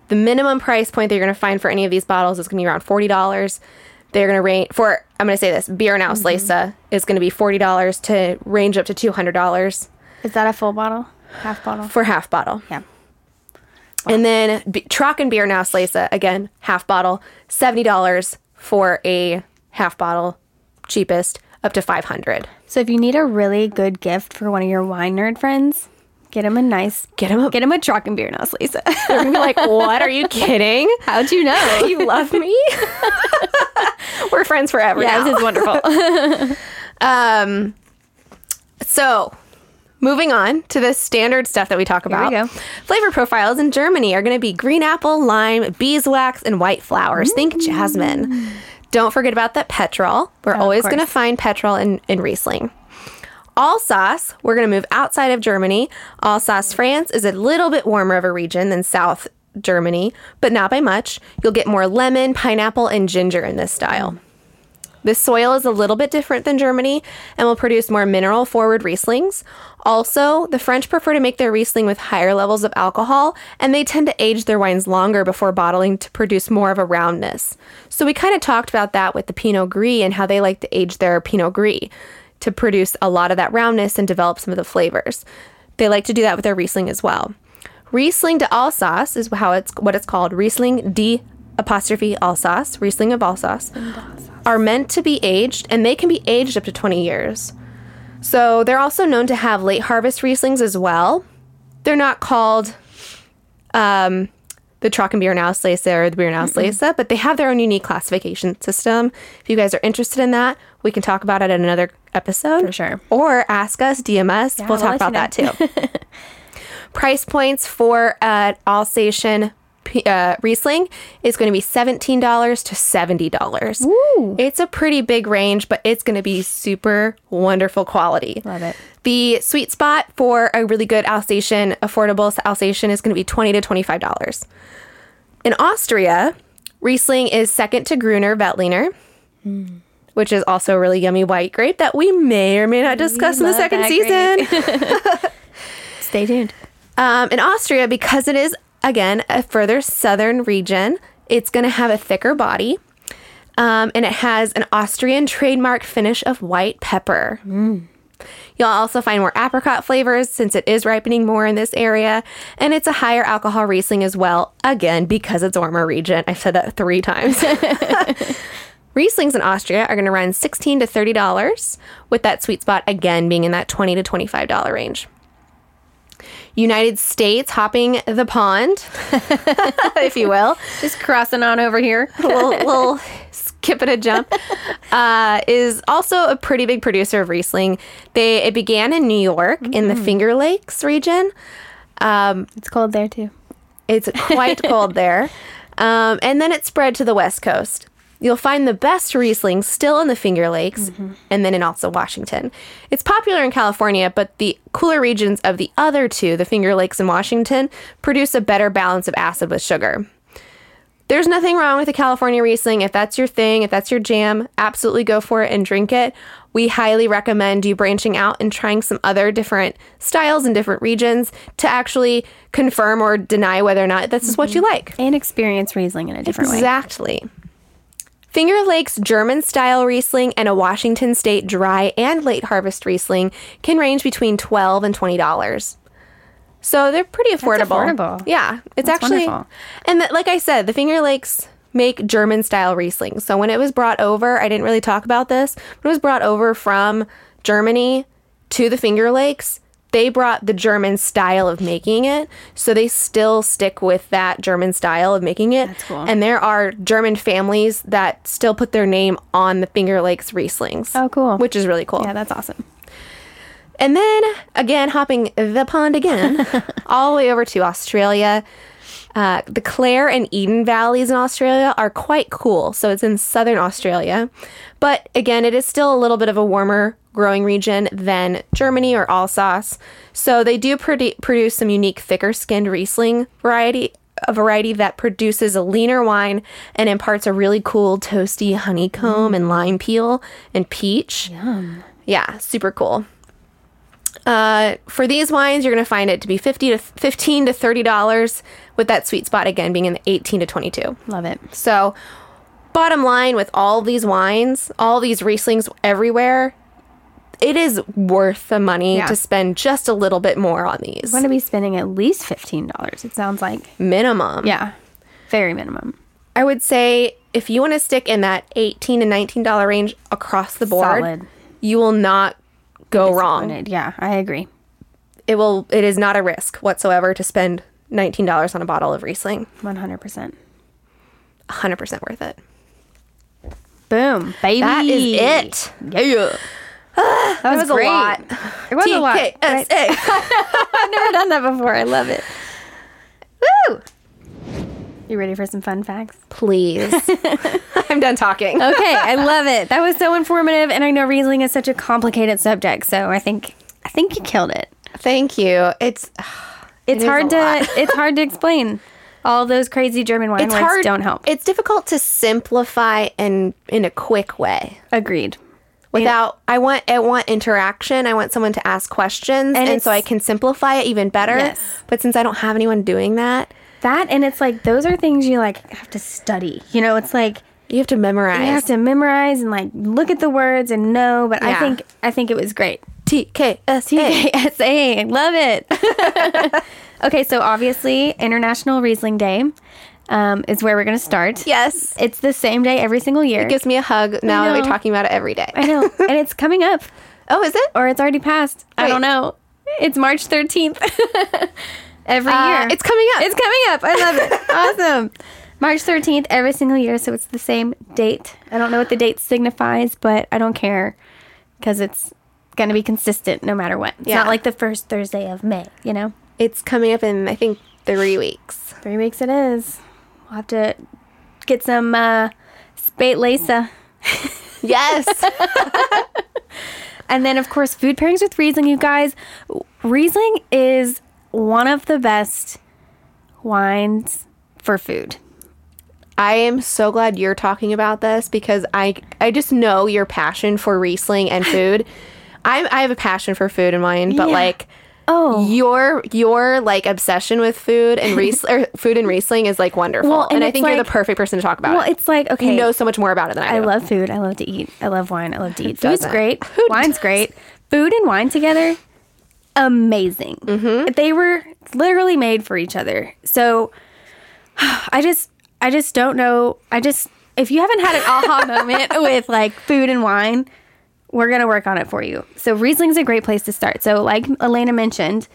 [SPEAKER 2] The minimum price point that you're going to find for any of these bottles is going to be around forty dollars. They're going to range for I'm going to say this beer and Auslese is going to be forty dollars to range up to two hundred dollars
[SPEAKER 1] Is that a full bottle? Half bottle?
[SPEAKER 2] for half bottle,
[SPEAKER 1] Yeah.
[SPEAKER 2] and then b- Trock and beer and Auslese again half bottle seventy dollars for a half bottle, cheapest up to five hundred.
[SPEAKER 1] So if you need a really good gift for one of your wine nerd friends, get him a nice,
[SPEAKER 2] Get them up.
[SPEAKER 1] get him a truck and beer now, Lisa.
[SPEAKER 2] They're going to be like, what? Are you kidding?
[SPEAKER 1] How'd you know?
[SPEAKER 2] You love me? We're friends forever.
[SPEAKER 1] yeah,
[SPEAKER 2] now.
[SPEAKER 1] this is wonderful.
[SPEAKER 2] So, moving on to the standard stuff that we talk about.
[SPEAKER 1] we go.
[SPEAKER 2] Flavor profiles in Germany are going to be green apple, lime, beeswax, and white flowers. Think
[SPEAKER 1] Mm.
[SPEAKER 2] jasmine. Don't forget about that petrol. We're always going to
[SPEAKER 1] course.
[SPEAKER 2] find petrol in, in Riesling. Alsace, we're going to move outside of Germany. Alsace, France is a little bit warmer of a region than South Germany, but not by much. You'll get more lemon, pineapple, and ginger in this style. This soil is a little bit different than Germany and will produce more mineral forward Rieslings. Also, the French prefer to make their Riesling with higher levels of alcohol, and they tend to age their wines longer before bottling to produce more of a roundness. So, we kind of talked about that with the Pinot Gris and how they like to age their Pinot Gris to produce a lot of that roundness and develop some of the flavors. They like to do that with their Riesling as well. Riesling de Alsace is how it's what it's called. Riesling de apostrophe Alsace, Riesling of Alsace, are meant to be aged, and they can be aged up to 20 years. So they're also known to have late harvest Rieslings as well. They're not called um, the Trockenbierennauslese or the Biernauslese, but they have their own unique classification system. If you guys are interested in that, we can talk about it in another episode.
[SPEAKER 1] For sure.
[SPEAKER 2] Or ask us, DM us.
[SPEAKER 1] Yeah,
[SPEAKER 2] we'll
[SPEAKER 1] we'll
[SPEAKER 2] talk
[SPEAKER 1] let you
[SPEAKER 2] about that too. Price points for an Alsatian P- uh, Riesling is going to be $17 to $70.
[SPEAKER 1] Ooh.
[SPEAKER 2] It's a pretty big range, but it's going to be super wonderful quality.
[SPEAKER 1] Love it.
[SPEAKER 2] The sweet spot for a really good Alsatian, affordable Alsatian, is going to be $20 to $25. In Austria, Riesling is second to Gruner Veltliner,
[SPEAKER 1] Hmm.
[SPEAKER 2] which is also a really yummy white grape that we may or may not discuss in the
[SPEAKER 1] love
[SPEAKER 2] second
[SPEAKER 1] that
[SPEAKER 2] season.
[SPEAKER 1] grape. Stay tuned.
[SPEAKER 2] Um, in Austria, because it is, again, a further southern region, it's going to have a thicker body. Um, and it has an Austrian trademark finish of white pepper. You'll also find more apricot flavors since it is ripening more in this area. And it's a higher alcohol Riesling as well, again, because it's a warmer region. I've said that three times. Rieslings in Austria are going to run $16 to $30, with that sweet spot again being in that $20 to $25 range. United States hopping the pond, if you will.
[SPEAKER 1] Just crossing on over here.
[SPEAKER 2] little, little skip and a jump, uh, is also a pretty big producer of Riesling. They it began in New York in the Finger Lakes region. Um,
[SPEAKER 1] It's cold there too.
[SPEAKER 2] it's quite cold there, um, and then it spread to the West Coast. You'll find the best Riesling still in the Finger Lakes, and then in also Washington. It's popular in California, but the cooler regions of the other two, the Finger Lakes and Washington, produce a better balance of acid with sugar. There's nothing wrong with a California Riesling. If that's your thing, if that's your jam, absolutely go for it and drink it. We highly recommend you branching out and trying some other different styles and different regions to actually confirm or deny whether or not this is what you like.
[SPEAKER 1] And experience Riesling in a Mm-hmm. different way.
[SPEAKER 2] Exactly. Finger Lakes German style Riesling and a Washington State dry and late harvest Riesling can range between twelve and twenty dollars. So they're pretty affordable.
[SPEAKER 1] affordable.
[SPEAKER 2] Yeah, it's
[SPEAKER 1] That's
[SPEAKER 2] actually,
[SPEAKER 1] wonderful.
[SPEAKER 2] and th- like I said, the Finger Lakes make German style Riesling. So when it was brought over, I didn't really talk about this. When it was brought over from Germany to the Finger Lakes, they brought the German style of making it. So they still stick with that German style of making it.
[SPEAKER 1] That's cool.
[SPEAKER 2] And there are German families that still put their name on the Finger Lakes Rieslings.
[SPEAKER 1] Oh, cool.
[SPEAKER 2] Which is really cool.
[SPEAKER 1] Yeah, that's awesome.
[SPEAKER 2] And then again, hopping the pond again, all the way over to Australia. Uh, the Clare and Eden valleys in Australia are quite cool. So it's in southern Australia. But again, it is still a little bit of a warmer growing region than Germany or Alsace. So they do produ- produce some unique thicker skinned Riesling variety, a variety that produces a leaner wine and imparts a really cool toasty honeycomb and lime peel and peach.
[SPEAKER 1] Yum.
[SPEAKER 2] Yeah, super cool. Uh, for these wines, you're going to find it to be fifty to fifteen to thirty dollars, with that sweet spot again being in the eighteen to twenty-two.
[SPEAKER 1] Love it.
[SPEAKER 2] So, bottom line, with all these wines, all these Rieslings everywhere, it is worth the money
[SPEAKER 1] Yeah.
[SPEAKER 2] to spend just a little bit more on these,
[SPEAKER 1] I'm going to be spending at least $15, it sounds like.
[SPEAKER 2] minimum.
[SPEAKER 1] Yeah. Very minimum.
[SPEAKER 2] I would say if you want to stick in that eighteen to nineteen dollar range across the board,
[SPEAKER 1] Solid.
[SPEAKER 2] you will not go wrong.
[SPEAKER 1] Disappointed. Yeah, I agree.
[SPEAKER 2] it will it is not a risk whatsoever to spend $19 on a bottle of Riesling.
[SPEAKER 1] 100%.
[SPEAKER 2] 100% worth it.
[SPEAKER 1] Boom, baby.
[SPEAKER 2] That is it.
[SPEAKER 1] Yeah. that, was
[SPEAKER 2] was a
[SPEAKER 1] great.
[SPEAKER 2] lot.
[SPEAKER 1] It was a lot. Right?
[SPEAKER 2] TKSA.
[SPEAKER 1] I've never done that before. I love it. Woo! You ready for some fun facts?
[SPEAKER 2] Please. I'm done talking.
[SPEAKER 1] Okay, I love it. That was so informative, and I know Riesling is such a complicated subject, so I think I think you killed it.
[SPEAKER 2] Thank you. It's
[SPEAKER 1] It's
[SPEAKER 2] is a
[SPEAKER 1] hard to
[SPEAKER 2] lot.
[SPEAKER 1] it's hard to explain. All those crazy German wine
[SPEAKER 2] it's
[SPEAKER 1] words
[SPEAKER 2] hard.
[SPEAKER 1] don't help.
[SPEAKER 2] It's difficult to simplify and in a quick way.
[SPEAKER 1] Agreed.
[SPEAKER 2] Without, I want I want interaction. I want someone to ask questions, and, so
[SPEAKER 1] it's-
[SPEAKER 2] I can simplify it even better.
[SPEAKER 1] Yes.
[SPEAKER 2] But since I don't have anyone doing that,
[SPEAKER 1] That and it's like those are things you like have to study. You know, it's like
[SPEAKER 2] you have to memorize.
[SPEAKER 1] you have to memorize and like look at the words and know. But I
[SPEAKER 2] Yeah.
[SPEAKER 1] think I think it was great.
[SPEAKER 2] T K S A.
[SPEAKER 1] TKSA, I love it. okay, so obviously International Riesling Day um, is where we're gonna start.
[SPEAKER 2] Yes.
[SPEAKER 1] It's the same day every single year.
[SPEAKER 2] Gives me a hug now that
[SPEAKER 1] know.
[SPEAKER 2] we're talking about it every day.
[SPEAKER 1] I know, and it's coming up,
[SPEAKER 2] Oh, is it?
[SPEAKER 1] or it's already passed. I
[SPEAKER 2] Wait.
[SPEAKER 1] don't know. It's March thirteenth every
[SPEAKER 2] Uh,
[SPEAKER 1] year.
[SPEAKER 2] It's coming up.
[SPEAKER 1] It's coming up. I love it. awesome. March 13th every single year, so it's the same date. I don't know what the date signifies, but I don't care because it's going to be consistent no matter what. It's
[SPEAKER 2] Yeah.
[SPEAKER 1] not like the first Thursday of May, you know?
[SPEAKER 2] It's coming up in I think three weeks.
[SPEAKER 1] Three weeks it is. We'll have to get some uh, spate lisa.
[SPEAKER 2] Yes.
[SPEAKER 1] And then, of course, food pairings with Riesling, you guys. Riesling is one of the best wines for food.
[SPEAKER 2] I am so glad you're talking about this because I I just know your passion for Riesling and food. I I have a passion for food and wine, but
[SPEAKER 1] Yeah.
[SPEAKER 2] like
[SPEAKER 1] Oh.
[SPEAKER 2] your your like obsession with food and Ries- or food and Riesling is like wonderful.
[SPEAKER 1] Well,
[SPEAKER 2] and,
[SPEAKER 1] and
[SPEAKER 2] I
[SPEAKER 1] it's
[SPEAKER 2] think you're
[SPEAKER 1] like-
[SPEAKER 2] the perfect person to talk about
[SPEAKER 1] Well,
[SPEAKER 2] it.
[SPEAKER 1] it's like, okay.
[SPEAKER 2] You know so much more about it than I,
[SPEAKER 1] I
[SPEAKER 2] do.
[SPEAKER 1] love food. I love to eat. I love wine. I love to eat. Food's
[SPEAKER 2] doesn't?
[SPEAKER 1] great. Wine's great. Food and wine together, amazing. They were literally made for each other. So I just, I just don't know. I just, if you haven't had an aha moment with like food and wine, we're gonna work on it for you. So Riesling's a great place to start. So like Elena mentioned,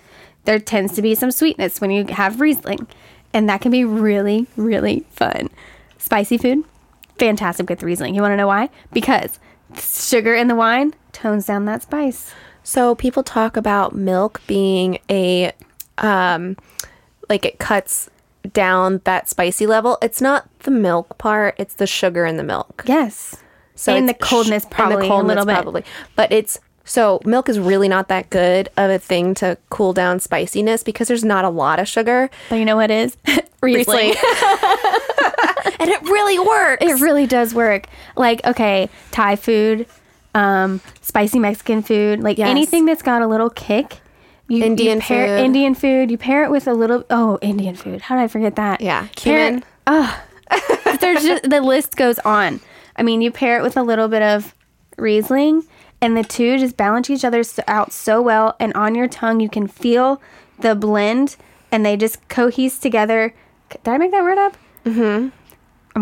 [SPEAKER 1] there tends to be some sweetness when you have Riesling, and that can be really, really fun. Spicy food, fantastic with Riesling. You want to know why? Because sugar in the wine tones down that spice.
[SPEAKER 2] So people talk about milk being a um like it cuts down that spicy level. It's not the milk part, it's the sugar in the milk.
[SPEAKER 1] Yes.
[SPEAKER 2] So
[SPEAKER 1] and the
[SPEAKER 2] it's sh-
[SPEAKER 1] coldness
[SPEAKER 2] and
[SPEAKER 1] probably a little bit.
[SPEAKER 2] probably. But it's so milk is really not that good of a thing to cool down spiciness because there's not a lot of sugar.
[SPEAKER 1] But you know what is
[SPEAKER 2] Riesling. and it really works.
[SPEAKER 1] It really does work. Like, okay, Thai food, um, spicy Mexican food, like
[SPEAKER 2] Yes.
[SPEAKER 1] anything that's got a little kick. You, you
[SPEAKER 2] Indian
[SPEAKER 1] pair,
[SPEAKER 2] food.
[SPEAKER 1] Indian food. You pair it with a little. Oh, Indian food. How did I forget that?
[SPEAKER 2] Yeah,
[SPEAKER 1] Pair,
[SPEAKER 2] cumin.
[SPEAKER 1] oh, there's just the list goes on. I mean, you pair it with a little bit of Riesling, and the two just balance each other so- out so well. And on your tongue, you can feel the blend, and they just cohese together. C- Did I make that word up? I'm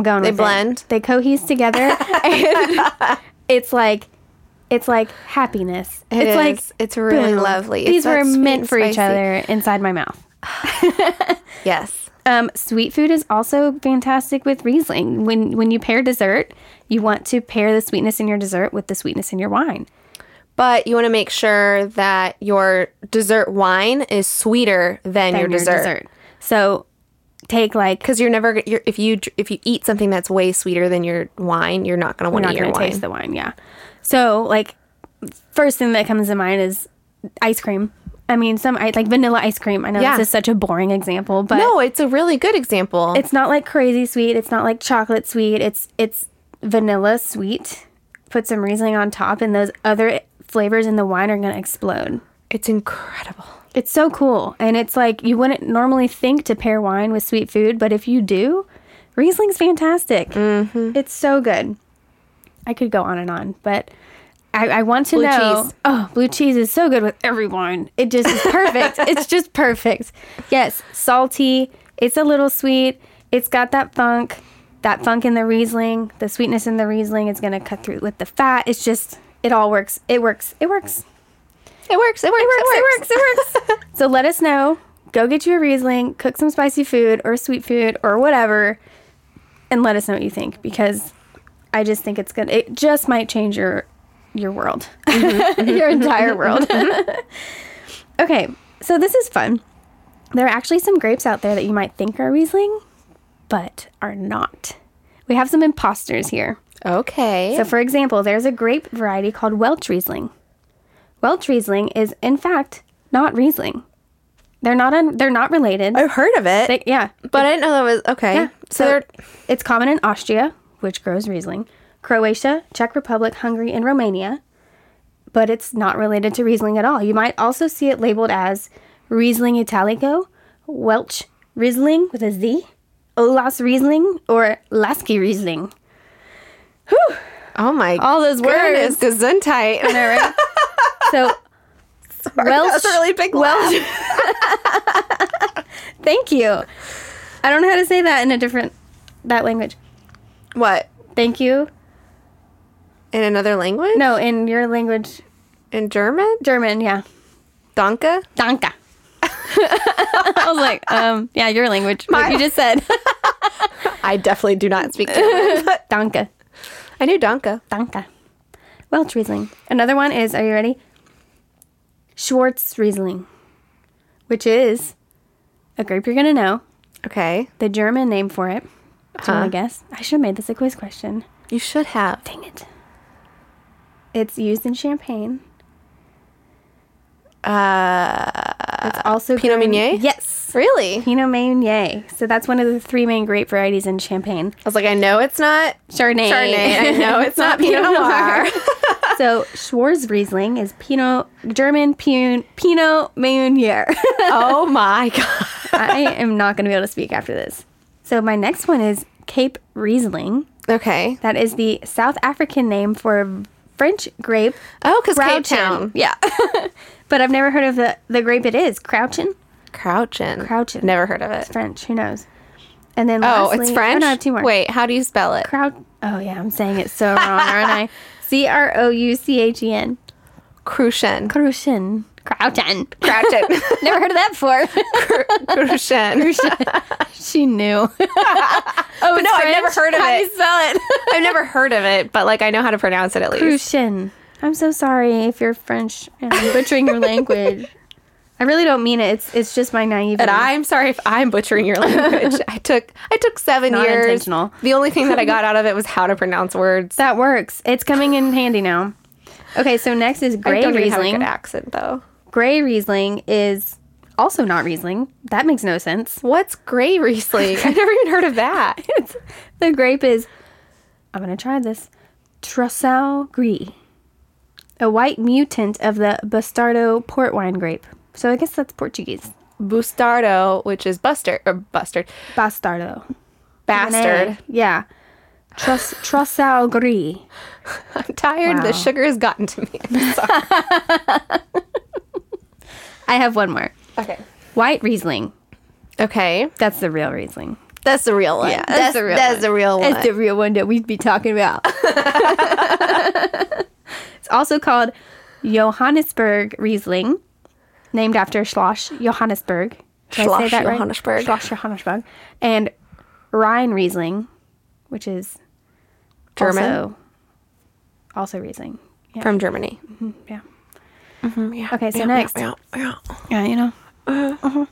[SPEAKER 1] going. They
[SPEAKER 2] Mm-hmm. blend.
[SPEAKER 1] They cohese together. and it's like, it's like happiness.
[SPEAKER 2] It
[SPEAKER 1] it's like
[SPEAKER 2] is. It's really lovely. It's
[SPEAKER 1] These
[SPEAKER 2] that
[SPEAKER 1] were
[SPEAKER 2] sweet
[SPEAKER 1] meant
[SPEAKER 2] and
[SPEAKER 1] for each
[SPEAKER 2] spicy.
[SPEAKER 1] other inside my mouth.
[SPEAKER 2] Yes.
[SPEAKER 1] Um, sweet food is also fantastic with Riesling. When when you pair dessert, you want to pair the sweetness in your dessert with the sweetness in your wine.
[SPEAKER 2] But you want to make sure that your dessert wine is sweeter than, your
[SPEAKER 1] And your
[SPEAKER 2] dessert.
[SPEAKER 1] So take like
[SPEAKER 2] Because you're never you're, if you dr- if you eat something that's way sweeter than your wine, you're not gonna
[SPEAKER 1] we're
[SPEAKER 2] want to
[SPEAKER 1] not
[SPEAKER 2] eat your
[SPEAKER 1] going to
[SPEAKER 2] wine.
[SPEAKER 1] taste the wine, yeah. So like first thing that comes to mind is ice cream. I mean, some i- like vanilla ice cream. I know
[SPEAKER 2] Yeah.
[SPEAKER 1] this is such a boring example, but
[SPEAKER 2] No, it's a really good example.
[SPEAKER 1] it's not like crazy sweet. It's not like chocolate sweet. It's it's vanilla sweet. Put some Riesling on top, and those other flavors in the wine are going to explode.
[SPEAKER 2] it's incredible.
[SPEAKER 1] It's so cool. And it's like you wouldn't normally think to pair wine with sweet food, but if you do, Riesling's fantastic. It's so good. I could go on and on, but I, I want to know.
[SPEAKER 2] cheese.
[SPEAKER 1] Oh, blue cheese is so good with every wine. It just is perfect. it's just perfect. Yes, salty. It's a little sweet. It's got that funk, that funk in the Riesling. The sweetness in the Riesling is going to cut through with the fat. It's just, it all works. It works. It works.
[SPEAKER 2] It works. It works.
[SPEAKER 1] It works. It works. so let us know. Go get you a Riesling, cook some spicy food or sweet food or whatever, and let us know what you think because I just think it's good. It just might change your your world, your entire world. okay, so this is fun. There are actually some grapes out there that you might think are Riesling, but are not. We have some imposters here.
[SPEAKER 2] Okay.
[SPEAKER 1] So, for example, there's a grape variety called Welch Riesling. Welch Riesling is, in fact, not Riesling. They're not un- they're not related.
[SPEAKER 2] I've heard of it,
[SPEAKER 1] They- yeah.
[SPEAKER 2] but I didn't know that was okay.
[SPEAKER 1] Yeah.
[SPEAKER 2] Oh, So, they're
[SPEAKER 1] it's common in Austria, which grows Riesling, Croatia, Czech Republic, Hungary, and Romania, but it's not related to Riesling at all. You might also see it labeled as Riesling Italico, Welch Riesling with a Z, Olas Riesling, or Lasky Riesling.
[SPEAKER 2] oh my,
[SPEAKER 1] All those words.
[SPEAKER 2] goodness, Gesundheit.
[SPEAKER 1] All right. so,
[SPEAKER 2] That was a really big
[SPEAKER 1] Welsh. Thank you. I don't know how to say that in a different that language.
[SPEAKER 2] What
[SPEAKER 1] Thank you.
[SPEAKER 2] in another language?
[SPEAKER 1] No, in your language,
[SPEAKER 2] in German,
[SPEAKER 1] German. Yeah,
[SPEAKER 2] Danke.
[SPEAKER 1] danke. I was like, um, yeah, your language. What
[SPEAKER 2] My-
[SPEAKER 1] you just said,
[SPEAKER 2] I definitely do not speak German. but
[SPEAKER 1] danke,
[SPEAKER 2] I knew Danke.
[SPEAKER 1] danke. Welch Riesling. Another one is, are you ready? Schwarz Riesling, which is a grape you're gonna know.
[SPEAKER 2] Okay,
[SPEAKER 1] The German name for it. Do you
[SPEAKER 2] Huh.
[SPEAKER 1] want to guess? I should have made this a quiz question.
[SPEAKER 2] you should have.
[SPEAKER 1] Dang it. It's used in champagne. Uh, it's also
[SPEAKER 2] Pinot
[SPEAKER 1] grown-
[SPEAKER 2] Meunier?
[SPEAKER 1] Yes,
[SPEAKER 2] Really?
[SPEAKER 1] Pinot Meunier. So that's one of the three main grape varieties in champagne.
[SPEAKER 2] I was like, I know it's not
[SPEAKER 1] Chardonnay.
[SPEAKER 2] Chardonnay. I know it's not Pinot Noir.
[SPEAKER 1] so Schwarz Riesling is Pinot German Pun, Pinot Meunier.
[SPEAKER 2] oh my god.
[SPEAKER 1] I am not going to be able to speak after this. So my next one is Cape Riesling.
[SPEAKER 2] Okay.
[SPEAKER 1] That is the South African name for a French grape,
[SPEAKER 2] Oh, because Cape
[SPEAKER 1] Crouchin.
[SPEAKER 2] Town.
[SPEAKER 1] Yeah. but I've never heard of the, the grape it is. Crouchin?
[SPEAKER 2] Crouchin.
[SPEAKER 1] Crouchin.
[SPEAKER 2] Never heard of it.
[SPEAKER 1] French. Who knows? And then
[SPEAKER 2] Oh,
[SPEAKER 1] lastly,
[SPEAKER 2] it's French.
[SPEAKER 1] Oh, no, I have two more.
[SPEAKER 2] Wait, how do you spell it?
[SPEAKER 1] Crou- Oh, yeah. I'm saying it so wrong, aren't I? C R O U C H E N.
[SPEAKER 2] Crouchin.
[SPEAKER 1] Crouchin. Crouchin.
[SPEAKER 2] Crouchin.
[SPEAKER 1] Never heard of that before.
[SPEAKER 2] Crouchin.
[SPEAKER 1] she knew. oh,
[SPEAKER 2] no, I've never heard of
[SPEAKER 1] How do
[SPEAKER 2] it.
[SPEAKER 1] you spell it?
[SPEAKER 2] I've never heard of it, but like I know how to pronounce it at least.
[SPEAKER 1] Crucian. I'm so sorry if you're French and I'm butchering your language. I really don't mean it. It's it's just my naivety.
[SPEAKER 2] And I'm sorry if I'm butchering your language. I took I took seven
[SPEAKER 1] Not
[SPEAKER 2] years.
[SPEAKER 1] intentional.
[SPEAKER 2] The only thing that I got out of it was how to pronounce words.
[SPEAKER 1] that works. It's coming in handy now. Okay, so next is
[SPEAKER 2] I
[SPEAKER 1] gray
[SPEAKER 2] don't even have a good
[SPEAKER 1] riesling.
[SPEAKER 2] accent though.
[SPEAKER 1] Gray riesling is also not riesling. That makes no sense.
[SPEAKER 2] What's gray riesling? I never even heard of that.
[SPEAKER 1] It's, the grape is. I'm gonna try this. Trousseau gris, a white mutant of the Bastardo port wine grape. So I guess that's Portuguese.
[SPEAKER 2] Bustardo, which is Buster or Bustard,
[SPEAKER 1] Bastardo.
[SPEAKER 2] bastard.
[SPEAKER 1] Renee. Yeah. Trus Trussau Gris.
[SPEAKER 2] I'm tired.
[SPEAKER 1] Wow.
[SPEAKER 2] The sugar has gotten to me. I'm sorry.
[SPEAKER 1] I have one more.
[SPEAKER 2] okay.
[SPEAKER 1] White Riesling.
[SPEAKER 2] Okay,
[SPEAKER 1] That's the real Riesling.
[SPEAKER 2] that's the real one.
[SPEAKER 1] that's the real one.
[SPEAKER 2] the real
[SPEAKER 1] It's the real one that we'd be talking about. it's also called Johannesburg Riesling, named after Schloss Johannesburg. Did I say
[SPEAKER 2] Schloss
[SPEAKER 1] that right?
[SPEAKER 2] Johannesburg.
[SPEAKER 1] Schloss Johannesburg. And Rhine Riesling, which is
[SPEAKER 2] German
[SPEAKER 1] also, also Riesling. Yeah.
[SPEAKER 2] from Germany.
[SPEAKER 1] yeah.
[SPEAKER 2] Mm, Yeah,
[SPEAKER 1] Okay, so
[SPEAKER 2] yeah,
[SPEAKER 1] next.
[SPEAKER 2] yeah, yeah, yeah.
[SPEAKER 1] Yeah, you know. Uh-huh.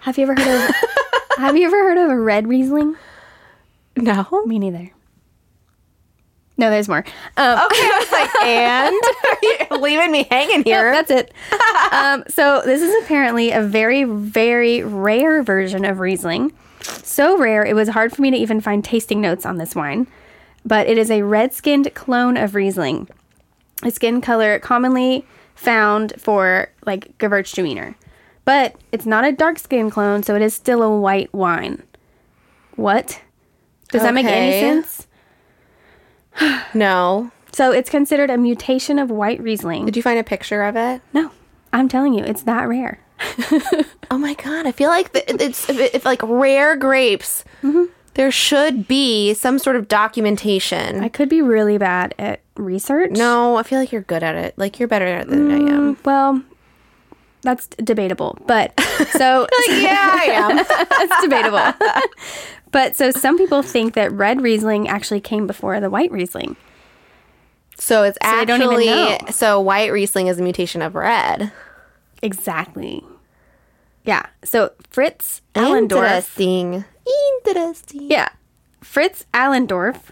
[SPEAKER 1] Have you ever heard of Have you ever heard of a red Riesling?
[SPEAKER 2] No.
[SPEAKER 1] Me neither. No, there's more. Um,
[SPEAKER 2] and You're leaving me hanging
[SPEAKER 1] nope,
[SPEAKER 2] here.
[SPEAKER 1] that's it. um, so this is apparently a very, very rare version of Riesling. So rare, it was hard for me to even find tasting notes on this wine. But it is a red-skinned clone of Riesling, a skin color commonly found for like Gewürztraminer. But it's not a dark-skinned clone, so it is still a white wine. What? Does that make any
[SPEAKER 2] Okay.
[SPEAKER 1] sense?
[SPEAKER 2] no.
[SPEAKER 1] So it's considered a mutation of white Riesling.
[SPEAKER 2] Did you find a picture of it?
[SPEAKER 1] No, I'm telling you, it's that rare.
[SPEAKER 2] Oh my god! I feel like the, it's if, if like rare grapes. There should be some sort of documentation.
[SPEAKER 1] I could be really bad at research.
[SPEAKER 2] no, I feel like you're good at it. Like you're better at it than I am.
[SPEAKER 1] Well, that's debatable, but so
[SPEAKER 2] Mm. Yeah, I am.
[SPEAKER 1] that's debatable. but so some people think that red Riesling actually came before the white Riesling.
[SPEAKER 2] So it's
[SPEAKER 1] they don't even
[SPEAKER 2] actually
[SPEAKER 1] know.
[SPEAKER 2] so white Riesling is a mutation of red.
[SPEAKER 1] Exactly. Yeah. So Fritz Allendorf.
[SPEAKER 2] Interesting. Interesting.
[SPEAKER 1] Yeah. Fritz Allendorf,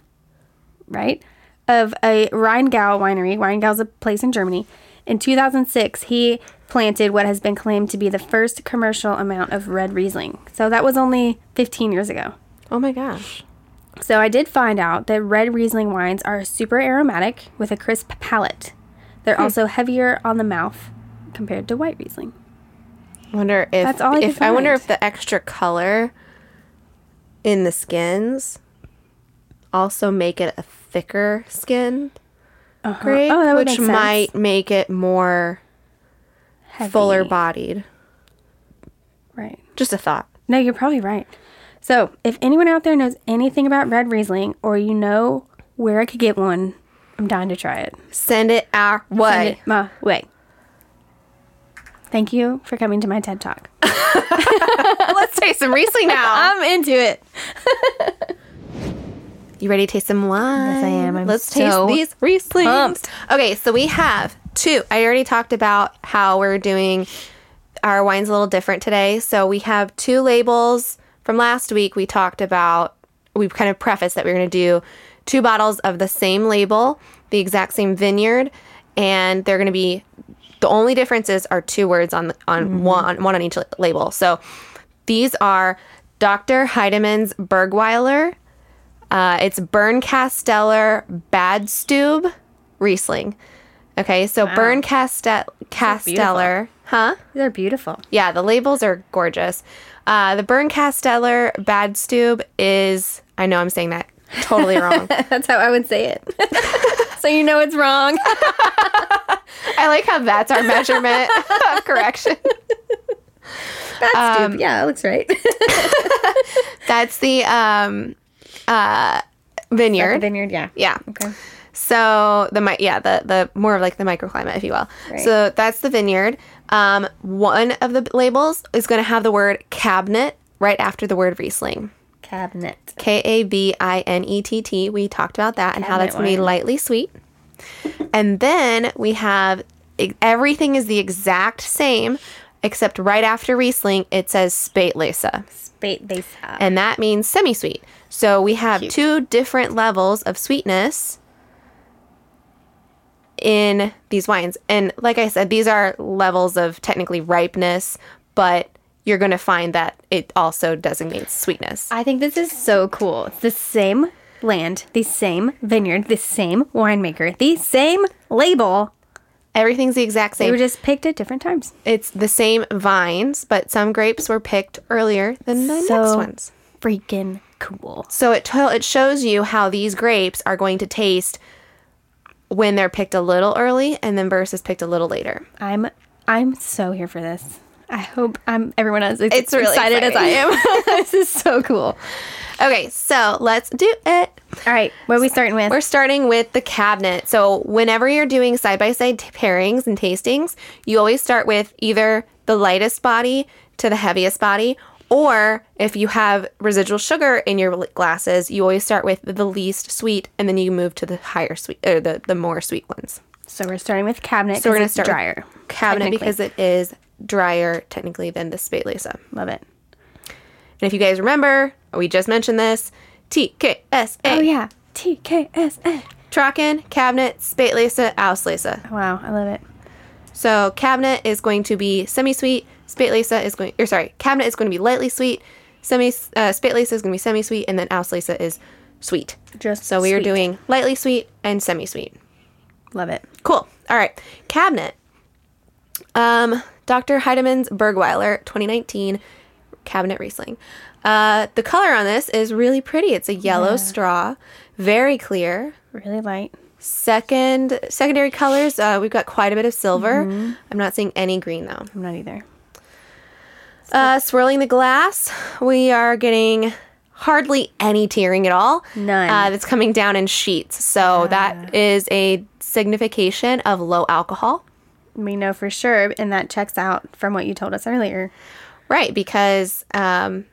[SPEAKER 1] right? Of a Rheingau winery. Rheingal's a place in Germany. In 2006, he planted what has been claimed to be the first commercial amount of red Riesling. So that was only 15 years ago.
[SPEAKER 2] Oh my gosh.
[SPEAKER 1] So I did find out that red Riesling wines are super aromatic with a crisp palate. They're
[SPEAKER 2] Hmm.
[SPEAKER 1] also heavier on the mouth compared to white Riesling.
[SPEAKER 2] Wonder if
[SPEAKER 1] That's all I could
[SPEAKER 2] if I wonder
[SPEAKER 1] find.
[SPEAKER 2] if the extra color in the skins also make it a thicker skin
[SPEAKER 1] Uh-huh.
[SPEAKER 2] grape,
[SPEAKER 1] Oh, that would
[SPEAKER 2] which
[SPEAKER 1] make sense.
[SPEAKER 2] might make it more
[SPEAKER 1] Heavy.
[SPEAKER 2] fuller bodied.
[SPEAKER 1] Right.
[SPEAKER 2] Just a thought.
[SPEAKER 1] No, you're probably right. So, if anyone out there knows anything about red Riesling or you know where I could get one, I'm dying to try it.
[SPEAKER 2] Send it our
[SPEAKER 1] Send
[SPEAKER 2] way.
[SPEAKER 1] it my way. Thank you for coming to my TED Talk.
[SPEAKER 2] Let's taste some Riesling now.
[SPEAKER 1] I'm into it.
[SPEAKER 2] You ready to taste some wine?
[SPEAKER 1] Yes, I am. I'm
[SPEAKER 2] Let's
[SPEAKER 1] so
[SPEAKER 2] taste these Rieslings.
[SPEAKER 1] pumped.
[SPEAKER 2] Okay, so we have two. I already talked about how we're doing our wines a little different today. So we have two labels from last week. We talked about, we've kind of prefaced that we're going to do two bottles of the same label, the exact same vineyard, and they're going to be, the only differences are two words on, the- on
[SPEAKER 1] Mm-hmm.
[SPEAKER 2] one, one on each label. So these are Dr. Heidemann's Bergweiler. Uh, it's Berncasteller Badstube Riesling. Okay, so Berncasteller, Casteller, huh?
[SPEAKER 1] They're beautiful.
[SPEAKER 2] Yeah, the labels are gorgeous. Uh, the Berncasteller Badstube is, I know I'm saying that totally wrong.
[SPEAKER 1] That's how I would say it. so you know it's wrong.
[SPEAKER 2] I like how that's our measurement of correction.
[SPEAKER 1] That's stupid. Yeah, it looks right.
[SPEAKER 2] That's the um, uh, vineyard.
[SPEAKER 1] vineyard, yeah.
[SPEAKER 2] yeah.
[SPEAKER 1] Okay.
[SPEAKER 2] So the mi- yeah the the more of like the microclimate, if you will.
[SPEAKER 1] Right.
[SPEAKER 2] So that's the vineyard. Um, one of the labels is going to have the word cabinet right after the word Riesling.
[SPEAKER 1] Cabinet.
[SPEAKER 2] K A B I N E T T. We talked about that and how
[SPEAKER 1] Cabinet
[SPEAKER 2] that's going to be
[SPEAKER 1] wine.
[SPEAKER 2] lightly sweet. And then we have e- everything is the exact same, except right after Riesling it says Spätlese
[SPEAKER 1] Spate base up.
[SPEAKER 2] and that means semi sweet. So we have
[SPEAKER 1] Cute.
[SPEAKER 2] two different levels of sweetness in these wines. And like I said, these are levels of technically ripeness, but you're going to find that it also designates sweetness.
[SPEAKER 1] I think this is so cool. It's the same land, the same vineyard, the same winemaker, the same label.
[SPEAKER 2] Everything's the exact
[SPEAKER 1] They
[SPEAKER 2] same.
[SPEAKER 1] were just picked at different times.
[SPEAKER 2] it's the same vines, but some grapes were picked earlier than the next
[SPEAKER 1] So-
[SPEAKER 2] ones.
[SPEAKER 1] Freaking cool.
[SPEAKER 2] So it tell it shows you how these grapes are going to taste when they're picked a little early and then versus picked a little later.
[SPEAKER 1] I'm I'm so here for this. I hope I'm everyone else is
[SPEAKER 2] It's really
[SPEAKER 1] excited as I am. this is so cool.
[SPEAKER 2] Okay, so let's do it.
[SPEAKER 1] All right, what are we starting with?
[SPEAKER 2] We're starting with the cabinet. So, whenever you're doing side by side pairings and tastings, you always start with either the lightest body to the heaviest body, or if you have residual sugar in your li- glasses, you always start with the least sweet and then you move to the higher sweet or the, the more sweet ones.
[SPEAKER 1] so we're starting with cabinet.
[SPEAKER 2] So, we're going to
[SPEAKER 1] it's
[SPEAKER 2] start with
[SPEAKER 1] drier.
[SPEAKER 2] cabinet
[SPEAKER 1] technically.
[SPEAKER 2] because it is drier technically than the Spätlese.
[SPEAKER 1] Love it.
[SPEAKER 2] And if you guys remember, we just mentioned this TKSA.
[SPEAKER 1] Oh yeah, TKSA.
[SPEAKER 2] Traken, cabinet, Spätlese, Auslese.
[SPEAKER 1] Wow, I love it.
[SPEAKER 2] So cabinet is going to be semi-sweet. Spätlese is going, or sorry, cabinet is going to be lightly sweet. Semi uh, Spätlese is going to be semi-sweet, and then Auslese is sweet.
[SPEAKER 1] Just
[SPEAKER 2] so we are
[SPEAKER 1] sweet.
[SPEAKER 2] doing lightly sweet and semi-sweet.
[SPEAKER 1] Love it.
[SPEAKER 2] Cool. All right, cabinet. Um, Dr. Heidemann's Bergweiler 2019 cabinet Riesling. Uh, the color on this is really pretty. It's a yellow straw, very clear
[SPEAKER 1] Really light.
[SPEAKER 2] second secondary colors uh, we've got quite a bit of silver
[SPEAKER 1] Mm-hmm.
[SPEAKER 2] i'm not seeing any green though
[SPEAKER 1] I'm not either.
[SPEAKER 2] uh, swirling the glass we are getting hardly any tearing at all
[SPEAKER 1] None. Ah.
[SPEAKER 2] uh, that's coming down in sheets so that is a signification of low alcohol
[SPEAKER 1] We know for sure, and that checks out from what you told us earlier.
[SPEAKER 2] right because um,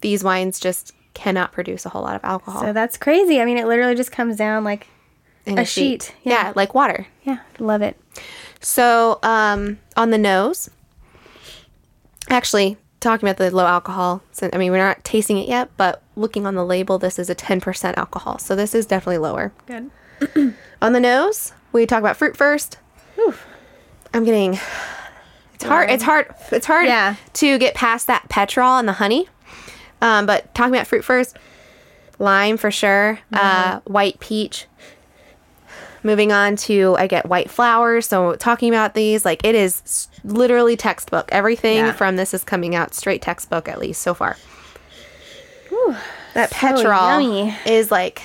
[SPEAKER 2] these wines just cannot produce a whole lot of alcohol
[SPEAKER 1] So that's crazy. I mean, it literally just comes down like,
[SPEAKER 2] in
[SPEAKER 1] a sheet,
[SPEAKER 2] Yeah.
[SPEAKER 1] yeah.
[SPEAKER 2] yeah like water
[SPEAKER 1] yeah, love it.
[SPEAKER 2] So, um, on the nose, actually, talking about the low alcohol, so, I mean, we're not tasting it yet, but looking on the label, this is a 10% alcohol. So, this is definitely lower.
[SPEAKER 1] Good.
[SPEAKER 2] On the nose, we talk about fruit first. I'm getting. It's hard. It's hard. It's hard
[SPEAKER 1] Yeah.
[SPEAKER 2] to get past that petrol and the honey. Um, but talking about fruit first, lime for sure.
[SPEAKER 1] Mm-hmm.
[SPEAKER 2] Uh, white peach. Moving on to, I get white flowers. So talking about these, like it is s- literally textbook. Everything
[SPEAKER 1] Yeah.
[SPEAKER 2] from this is coming out straight textbook, at least so far. that petrol
[SPEAKER 1] yummy.
[SPEAKER 2] is like.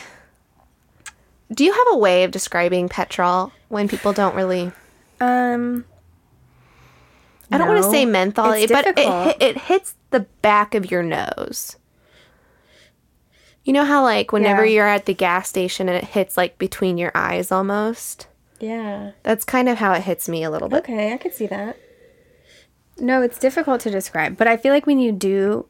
[SPEAKER 2] Do you have a way of describing petrol when people don't really?
[SPEAKER 1] Um,
[SPEAKER 2] I don't want to
[SPEAKER 1] No.
[SPEAKER 2] say menthol,
[SPEAKER 1] It's
[SPEAKER 2] but it,
[SPEAKER 1] difficult.
[SPEAKER 2] hi- it hits the back of your nose. You know how, like, whenever
[SPEAKER 1] Yeah.
[SPEAKER 2] you're at the gas station and it hits, like, between your eyes almost?
[SPEAKER 1] yeah.
[SPEAKER 2] That's kind of how it hits me a little bit.
[SPEAKER 1] Okay, I could see that. No, it's difficult to describe, but I feel like when you do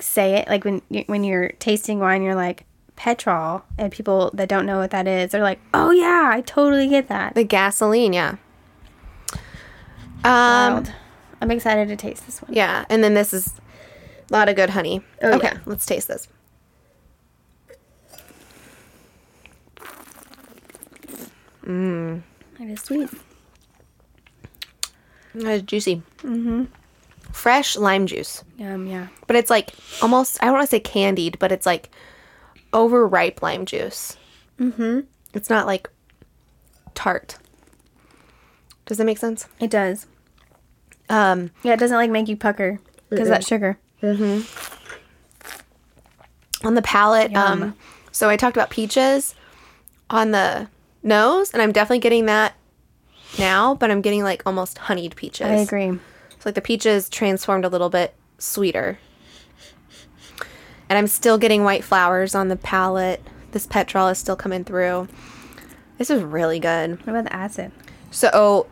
[SPEAKER 1] say it, like when you- when you're tasting wine, you're like petrol, and people that don't know what that is, they're like, "Oh yeah, I totally get that."
[SPEAKER 2] The gasoline, yeah. Um,
[SPEAKER 1] Wild. I'm excited to taste this one.
[SPEAKER 2] yeah. And then this is a lot of good honey.
[SPEAKER 1] Oh,
[SPEAKER 2] okay,
[SPEAKER 1] yeah.
[SPEAKER 2] let's taste this.
[SPEAKER 1] It is sweet.
[SPEAKER 2] It's juicy. Mm-hmm. Fresh lime juice.
[SPEAKER 1] Um, yeah,
[SPEAKER 2] but it's like almost i don't want to say candied but it's like overripe lime juice mm-hmm it's not like tart does that make sense
[SPEAKER 1] it does.
[SPEAKER 2] um
[SPEAKER 1] Yeah, it doesn't like make you pucker because that sugar.
[SPEAKER 2] on the palate um so i talked about peaches on the nose and i'm definitely getting that now but i'm getting like almost honeyed peaches
[SPEAKER 1] I agree.
[SPEAKER 2] so like the peaches transformed a little bit sweeter and i'm still getting white flowers on the palate this petrol is still coming through this is really good
[SPEAKER 1] What about the acid?
[SPEAKER 2] So,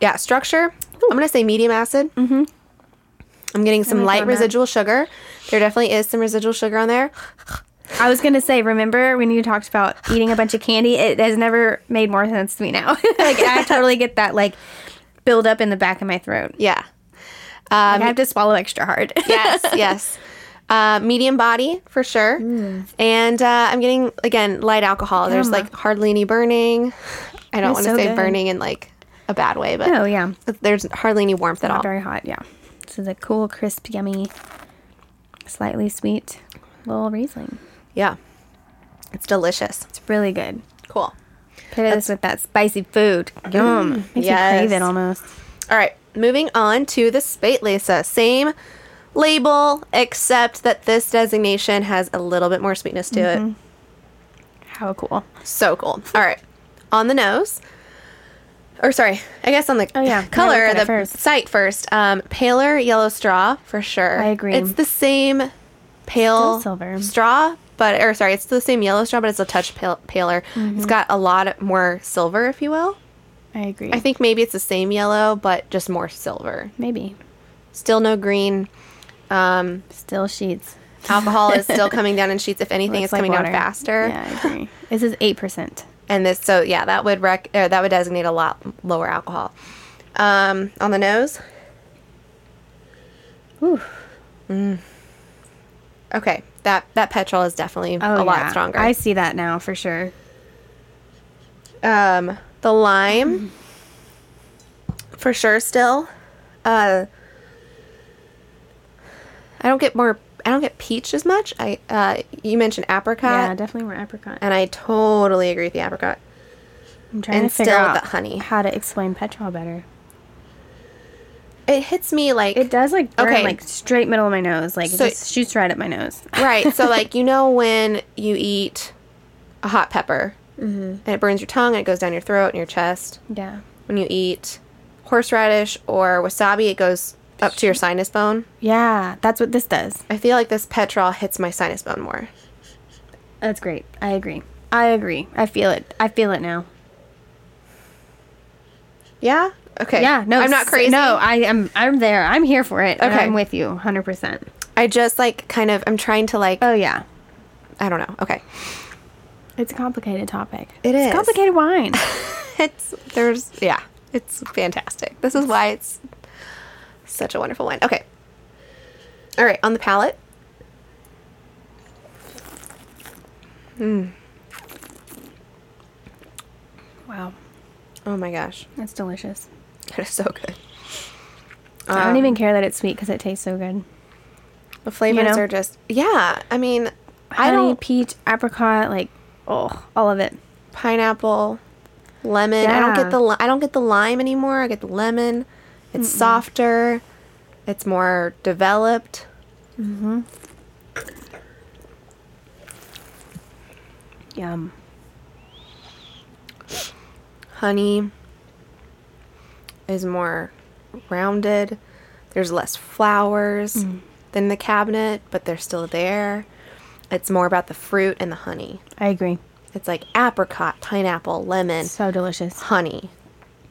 [SPEAKER 2] yeah, structure. I'm gonna say medium acid. Mm-hmm. I'm getting some
[SPEAKER 1] with you
[SPEAKER 2] light
[SPEAKER 1] on that.
[SPEAKER 2] residual sugar. There definitely is some residual sugar on there.
[SPEAKER 1] I was gonna say, remember when you talked about eating a bunch of candy? It has never made more sense to me now. like I totally get that like build up in the back of my throat. Um,
[SPEAKER 2] Yeah.
[SPEAKER 1] Like, I have to swallow extra hard.
[SPEAKER 2] Yes. yes. Uh, medium body for sure.
[SPEAKER 1] Mm.
[SPEAKER 2] And uh, I'm getting again light alcohol. There's like hardly any burning. I don't
[SPEAKER 1] That's
[SPEAKER 2] want to
[SPEAKER 1] so
[SPEAKER 2] say
[SPEAKER 1] good.
[SPEAKER 2] burning in like a bad way, but
[SPEAKER 1] oh yeah,
[SPEAKER 2] there's hardly any warmth at
[SPEAKER 1] not
[SPEAKER 2] all.
[SPEAKER 1] very hot. Yeah, this is a cool, crisp, yummy, slightly sweet little riesling.
[SPEAKER 2] Yeah. It's delicious.
[SPEAKER 1] It's really good.
[SPEAKER 2] Cool.
[SPEAKER 1] Pair this with that spicy food. Yum. Makes me
[SPEAKER 2] Mm, yes.
[SPEAKER 1] crave it almost.
[SPEAKER 2] All right, moving on to the Spate Lisa. Same label, except that this designation has a little bit more sweetness to
[SPEAKER 1] How cool.
[SPEAKER 2] it. So cool. All right, on the nose, or sorry, I guess on the
[SPEAKER 1] Oh, yeah.
[SPEAKER 2] color,
[SPEAKER 1] Yeah, look at
[SPEAKER 2] the
[SPEAKER 1] it first.
[SPEAKER 2] sight first. Um, paler yellow straw for sure.
[SPEAKER 1] I agree.
[SPEAKER 2] It's the same pale
[SPEAKER 1] Still silver.
[SPEAKER 2] straw, but or sorry, it's the same yellow straw, but it's a touch pale, paler.
[SPEAKER 1] Mm-hmm.
[SPEAKER 2] It's got a lot more silver, if you will.
[SPEAKER 1] I agree.
[SPEAKER 2] I think maybe it's the same yellow, but just more silver.
[SPEAKER 1] Maybe.
[SPEAKER 2] Still no green. Um,
[SPEAKER 1] Still sheets.
[SPEAKER 2] alcohol is still coming down in sheets. If anything,
[SPEAKER 1] Looks
[SPEAKER 2] it's
[SPEAKER 1] like
[SPEAKER 2] coming
[SPEAKER 1] water.
[SPEAKER 2] down faster.
[SPEAKER 1] Yeah, I agree. this is eight percent.
[SPEAKER 2] And this, so yeah, that would rec- uh, that would designate a lot lower alcohol. Um, on the nose.
[SPEAKER 1] Ooh.
[SPEAKER 2] Mm. Okay, that that petrol is definitely a lot stronger.
[SPEAKER 1] Oh, I see that now for sure.
[SPEAKER 2] um, the lime, for sure, still. Uh, I don't get more. I don't get peach as much. I uh, you mentioned apricot,
[SPEAKER 1] yeah, definitely more apricot.
[SPEAKER 2] Uh, and I totally agree with the apricot.
[SPEAKER 1] I'm trying
[SPEAKER 2] and
[SPEAKER 1] to figure
[SPEAKER 2] still
[SPEAKER 1] out
[SPEAKER 2] the honey.
[SPEAKER 1] how to explain petrol better.
[SPEAKER 2] It hits me like
[SPEAKER 1] It does like burn
[SPEAKER 2] Okay.
[SPEAKER 1] like straight middle of my nose, like
[SPEAKER 2] So-
[SPEAKER 1] it just shoots right up my nose.
[SPEAKER 2] right. So like you know when you eat a hot pepper
[SPEAKER 1] Mm-hmm.
[SPEAKER 2] and it burns your tongue and it goes down your throat and your chest.
[SPEAKER 1] Yeah,
[SPEAKER 2] When you eat horseradish or wasabi, it goes up to your sinus bone.
[SPEAKER 1] yeah, that's what this does.
[SPEAKER 2] I feel like this petrol hits my sinus bone more.
[SPEAKER 1] That's great. I agree. I agree. I feel it. I feel it now.
[SPEAKER 2] Yeah. Okay.
[SPEAKER 1] Yeah, no,
[SPEAKER 2] I'm not
[SPEAKER 1] s-
[SPEAKER 2] crazy.
[SPEAKER 1] No, I am. I'm there. I'm here for it. Okay,
[SPEAKER 2] Okay.
[SPEAKER 1] I'm with you, hundred percent.
[SPEAKER 2] I just like kind of. I'm trying to like.
[SPEAKER 1] Oh yeah,
[SPEAKER 2] I don't know. Okay.
[SPEAKER 1] it's a complicated topic.
[SPEAKER 2] It
[SPEAKER 1] It's
[SPEAKER 2] is.
[SPEAKER 1] complicated wine.
[SPEAKER 2] It's there's yeah. It's fantastic. This is why it's such a wonderful wine. Okay. All right. On the palate.
[SPEAKER 1] wow,
[SPEAKER 2] Oh my gosh. Oh
[SPEAKER 1] that's delicious.
[SPEAKER 2] It is so good.
[SPEAKER 1] I
[SPEAKER 2] Um,
[SPEAKER 1] don't even care that it's sweet because it tastes so good.
[SPEAKER 2] The flavors
[SPEAKER 1] know?
[SPEAKER 2] are just yeah. I mean, I
[SPEAKER 1] Honey,
[SPEAKER 2] don't
[SPEAKER 1] peach, apricot, like oh, all of it.
[SPEAKER 2] pineapple, lemon. I don't
[SPEAKER 1] Yeah.
[SPEAKER 2] get the li- I don't get the lime anymore. I get the lemon. It's softer. It's more developed.
[SPEAKER 1] Yum.
[SPEAKER 2] Honey is more rounded. There's less flowers
[SPEAKER 1] Mm.
[SPEAKER 2] than the cabinet, but they're still there. It's more about the fruit and the honey.
[SPEAKER 1] I agree.
[SPEAKER 2] It's like apricot, pineapple, lemon,
[SPEAKER 1] So delicious.
[SPEAKER 2] honey.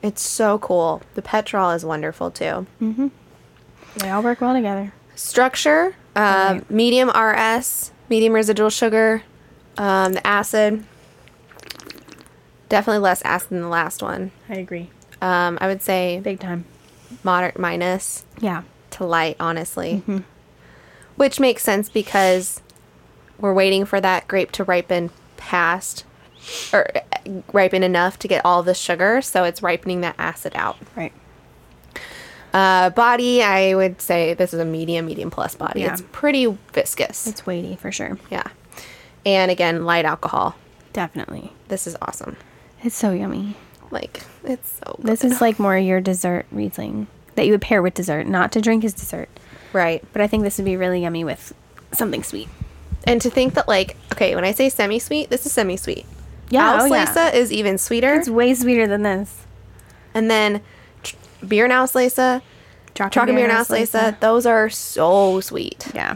[SPEAKER 2] It's so cool. The petrol is wonderful too.
[SPEAKER 1] They all work well together.
[SPEAKER 2] structure uh,
[SPEAKER 1] Right.
[SPEAKER 2] medium rs medium residual sugar um, the acid definitely less acid than the last one
[SPEAKER 1] I agree.
[SPEAKER 2] um, i would say
[SPEAKER 1] Big time.
[SPEAKER 2] moderate minus
[SPEAKER 1] Yeah.
[SPEAKER 2] to light honestly
[SPEAKER 1] Mm-hmm.
[SPEAKER 2] which makes sense because we're waiting for that grape to ripen past or uh, ripen enough to get all the sugar so it's ripening that acid out
[SPEAKER 1] Right.
[SPEAKER 2] uh, body i would say this is a medium medium plus body
[SPEAKER 1] Yeah.
[SPEAKER 2] it's pretty viscous
[SPEAKER 1] It's weighty for sure.
[SPEAKER 2] Yeah. And again, light alcohol.
[SPEAKER 1] Definitely.
[SPEAKER 2] This is awesome.
[SPEAKER 1] It's so yummy.
[SPEAKER 2] Like, it's so good.
[SPEAKER 1] This is like more your dessert Riesling that you would pair with dessert, not to drink as dessert.
[SPEAKER 2] right.
[SPEAKER 1] But I think this would be really yummy with something sweet.
[SPEAKER 2] And to think that, like, okay, when I say semi sweet, this is semi sweet.
[SPEAKER 1] Yeah, oh, yeah.
[SPEAKER 2] Auslese is even sweeter.
[SPEAKER 1] It's way sweeter than this.
[SPEAKER 2] and then tr- beer and Auslese, chocolate beer and Auslese, those are so sweet.
[SPEAKER 1] Yeah.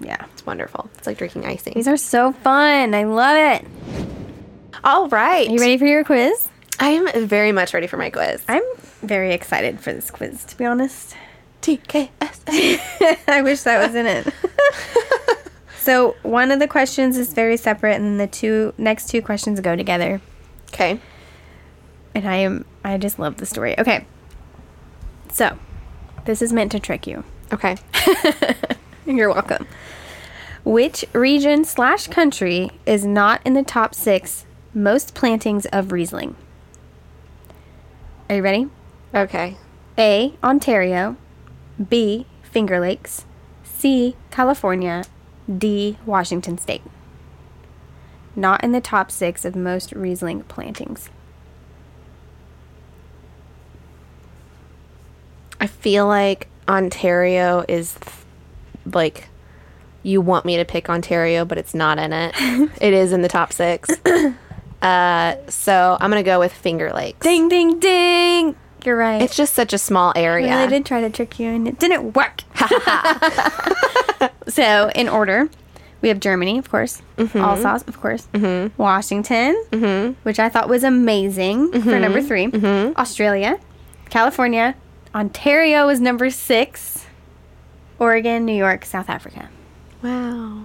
[SPEAKER 1] Yeah.
[SPEAKER 2] It's wonderful. It's like drinking icing.
[SPEAKER 1] These are so fun. I love it.
[SPEAKER 2] All right.
[SPEAKER 1] Are you ready for your quiz?
[SPEAKER 2] I am very much ready for my quiz.
[SPEAKER 1] I'm very excited for this quiz, to be honest.
[SPEAKER 2] TKS.
[SPEAKER 1] I wish that was in it. so, one of the questions is very separate, and the two next two questions go together.
[SPEAKER 2] okay.
[SPEAKER 1] And I am, I just love the story. Okay. So, this is meant to trick you.
[SPEAKER 2] Okay.
[SPEAKER 1] You're welcome. Which region slash country is not in the top six most plantings of Riesling? Are you ready?
[SPEAKER 2] Okay.
[SPEAKER 1] A. Ontario. B. Finger Lakes. C. California. D. Washington State. Not in the top six of most Riesling plantings.
[SPEAKER 2] I feel like Ontario is th- like you want me to pick Ontario, but it's not in it. it is in the top six. uh, so I'm gonna go with Finger Lakes.
[SPEAKER 1] Ding, ding, ding! You're right.
[SPEAKER 2] It's just such a small
[SPEAKER 1] I
[SPEAKER 2] area.
[SPEAKER 1] really did try to trick you and it didn't work. so, in order, we have Germany, of course, Alsace, of course, Washington, which I thought was amazing for number 3 Australia, California, Ontario is number six, Oregon, New York, South Africa.
[SPEAKER 2] Wow.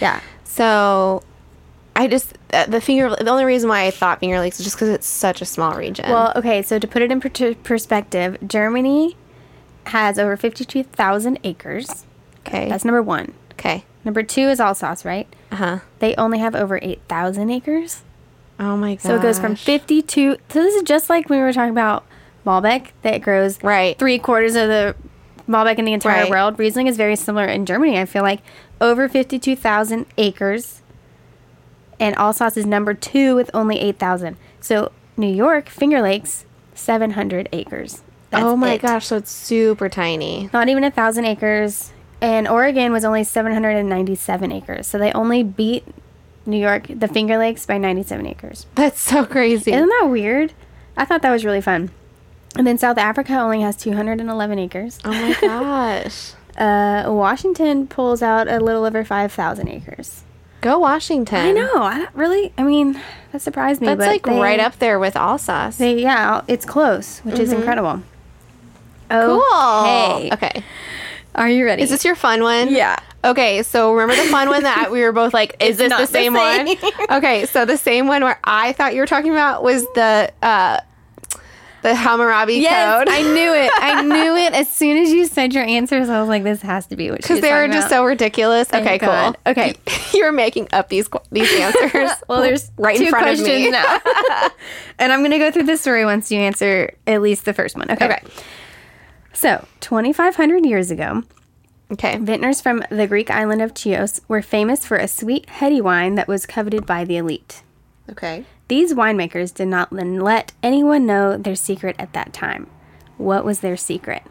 [SPEAKER 1] Yeah.
[SPEAKER 2] So I just uh, the finger. The only reason why I thought Finger Lakes is just because it's such a small region.
[SPEAKER 1] Well, okay, so to put it in per- perspective, Germany has over 52,000 acres.
[SPEAKER 2] okay.
[SPEAKER 1] That's number one.
[SPEAKER 2] okay.
[SPEAKER 1] Number two is Alsace, right?
[SPEAKER 2] Uh huh.
[SPEAKER 1] They only have over 8,000 acres.
[SPEAKER 2] Oh my god.
[SPEAKER 1] So it goes from 52. So this is just like when we were talking about Malbec that grows
[SPEAKER 2] Right.
[SPEAKER 1] three quarters of the Malbec in the entire
[SPEAKER 2] Right.
[SPEAKER 1] world. Riesling is very similar in Germany. I feel like over 52,000 acres. And Alsace is number two with only 8,000. So New York, Finger Lakes, 700 acres. That's
[SPEAKER 2] oh my
[SPEAKER 1] it.
[SPEAKER 2] gosh. So it's super tiny.
[SPEAKER 1] Not even a thousand acres. And Oregon was only 797 acres. So they only beat New York, the Finger Lakes, by 97 acres.
[SPEAKER 2] That's so crazy.
[SPEAKER 1] Isn't that weird? I thought that was really fun. And then South Africa only has 211 acres.
[SPEAKER 2] oh my gosh.
[SPEAKER 1] Uh, Washington pulls out a little over 5,000 acres.
[SPEAKER 2] Go Washington.
[SPEAKER 1] I know. I don't really. I mean, that surprised me.
[SPEAKER 2] That's
[SPEAKER 1] but
[SPEAKER 2] like
[SPEAKER 1] they-
[SPEAKER 2] right up there with Alsace.
[SPEAKER 1] They, yeah, it's close, which is incredible.
[SPEAKER 2] cool.
[SPEAKER 1] Oh, hey.
[SPEAKER 2] Okay.
[SPEAKER 1] Are you ready?
[SPEAKER 2] Is this your fun one?
[SPEAKER 1] Yeah.
[SPEAKER 2] Okay, so remember the fun one that we were both like, is this
[SPEAKER 1] not
[SPEAKER 2] the
[SPEAKER 1] the
[SPEAKER 2] same,
[SPEAKER 1] same.
[SPEAKER 2] one? Okay, so the same one where I thought you were talking about was the uh The Hammurabi
[SPEAKER 1] Yes,
[SPEAKER 2] Code.
[SPEAKER 1] I knew it. I knew it as soon as you said your answers. I was like, this has to be what
[SPEAKER 2] Because they were just so ridiculous. okay,
[SPEAKER 1] Oh God.
[SPEAKER 2] cool.
[SPEAKER 1] Okay.
[SPEAKER 2] You're making up these qu- these answers.
[SPEAKER 1] well, there's
[SPEAKER 2] right
[SPEAKER 1] two
[SPEAKER 2] in front
[SPEAKER 1] questions
[SPEAKER 2] of me.
[SPEAKER 1] now, and I'm gonna go through this story once you answer at least the first one. Okay.
[SPEAKER 2] Okay.
[SPEAKER 1] So, 2,500 years ago,
[SPEAKER 2] Okay.
[SPEAKER 1] vintners from the Greek island of Chios were famous for a sweet, heady wine that was coveted by the elite.
[SPEAKER 2] Okay.
[SPEAKER 1] These winemakers did not then let anyone know their secret at that time. What was their secret?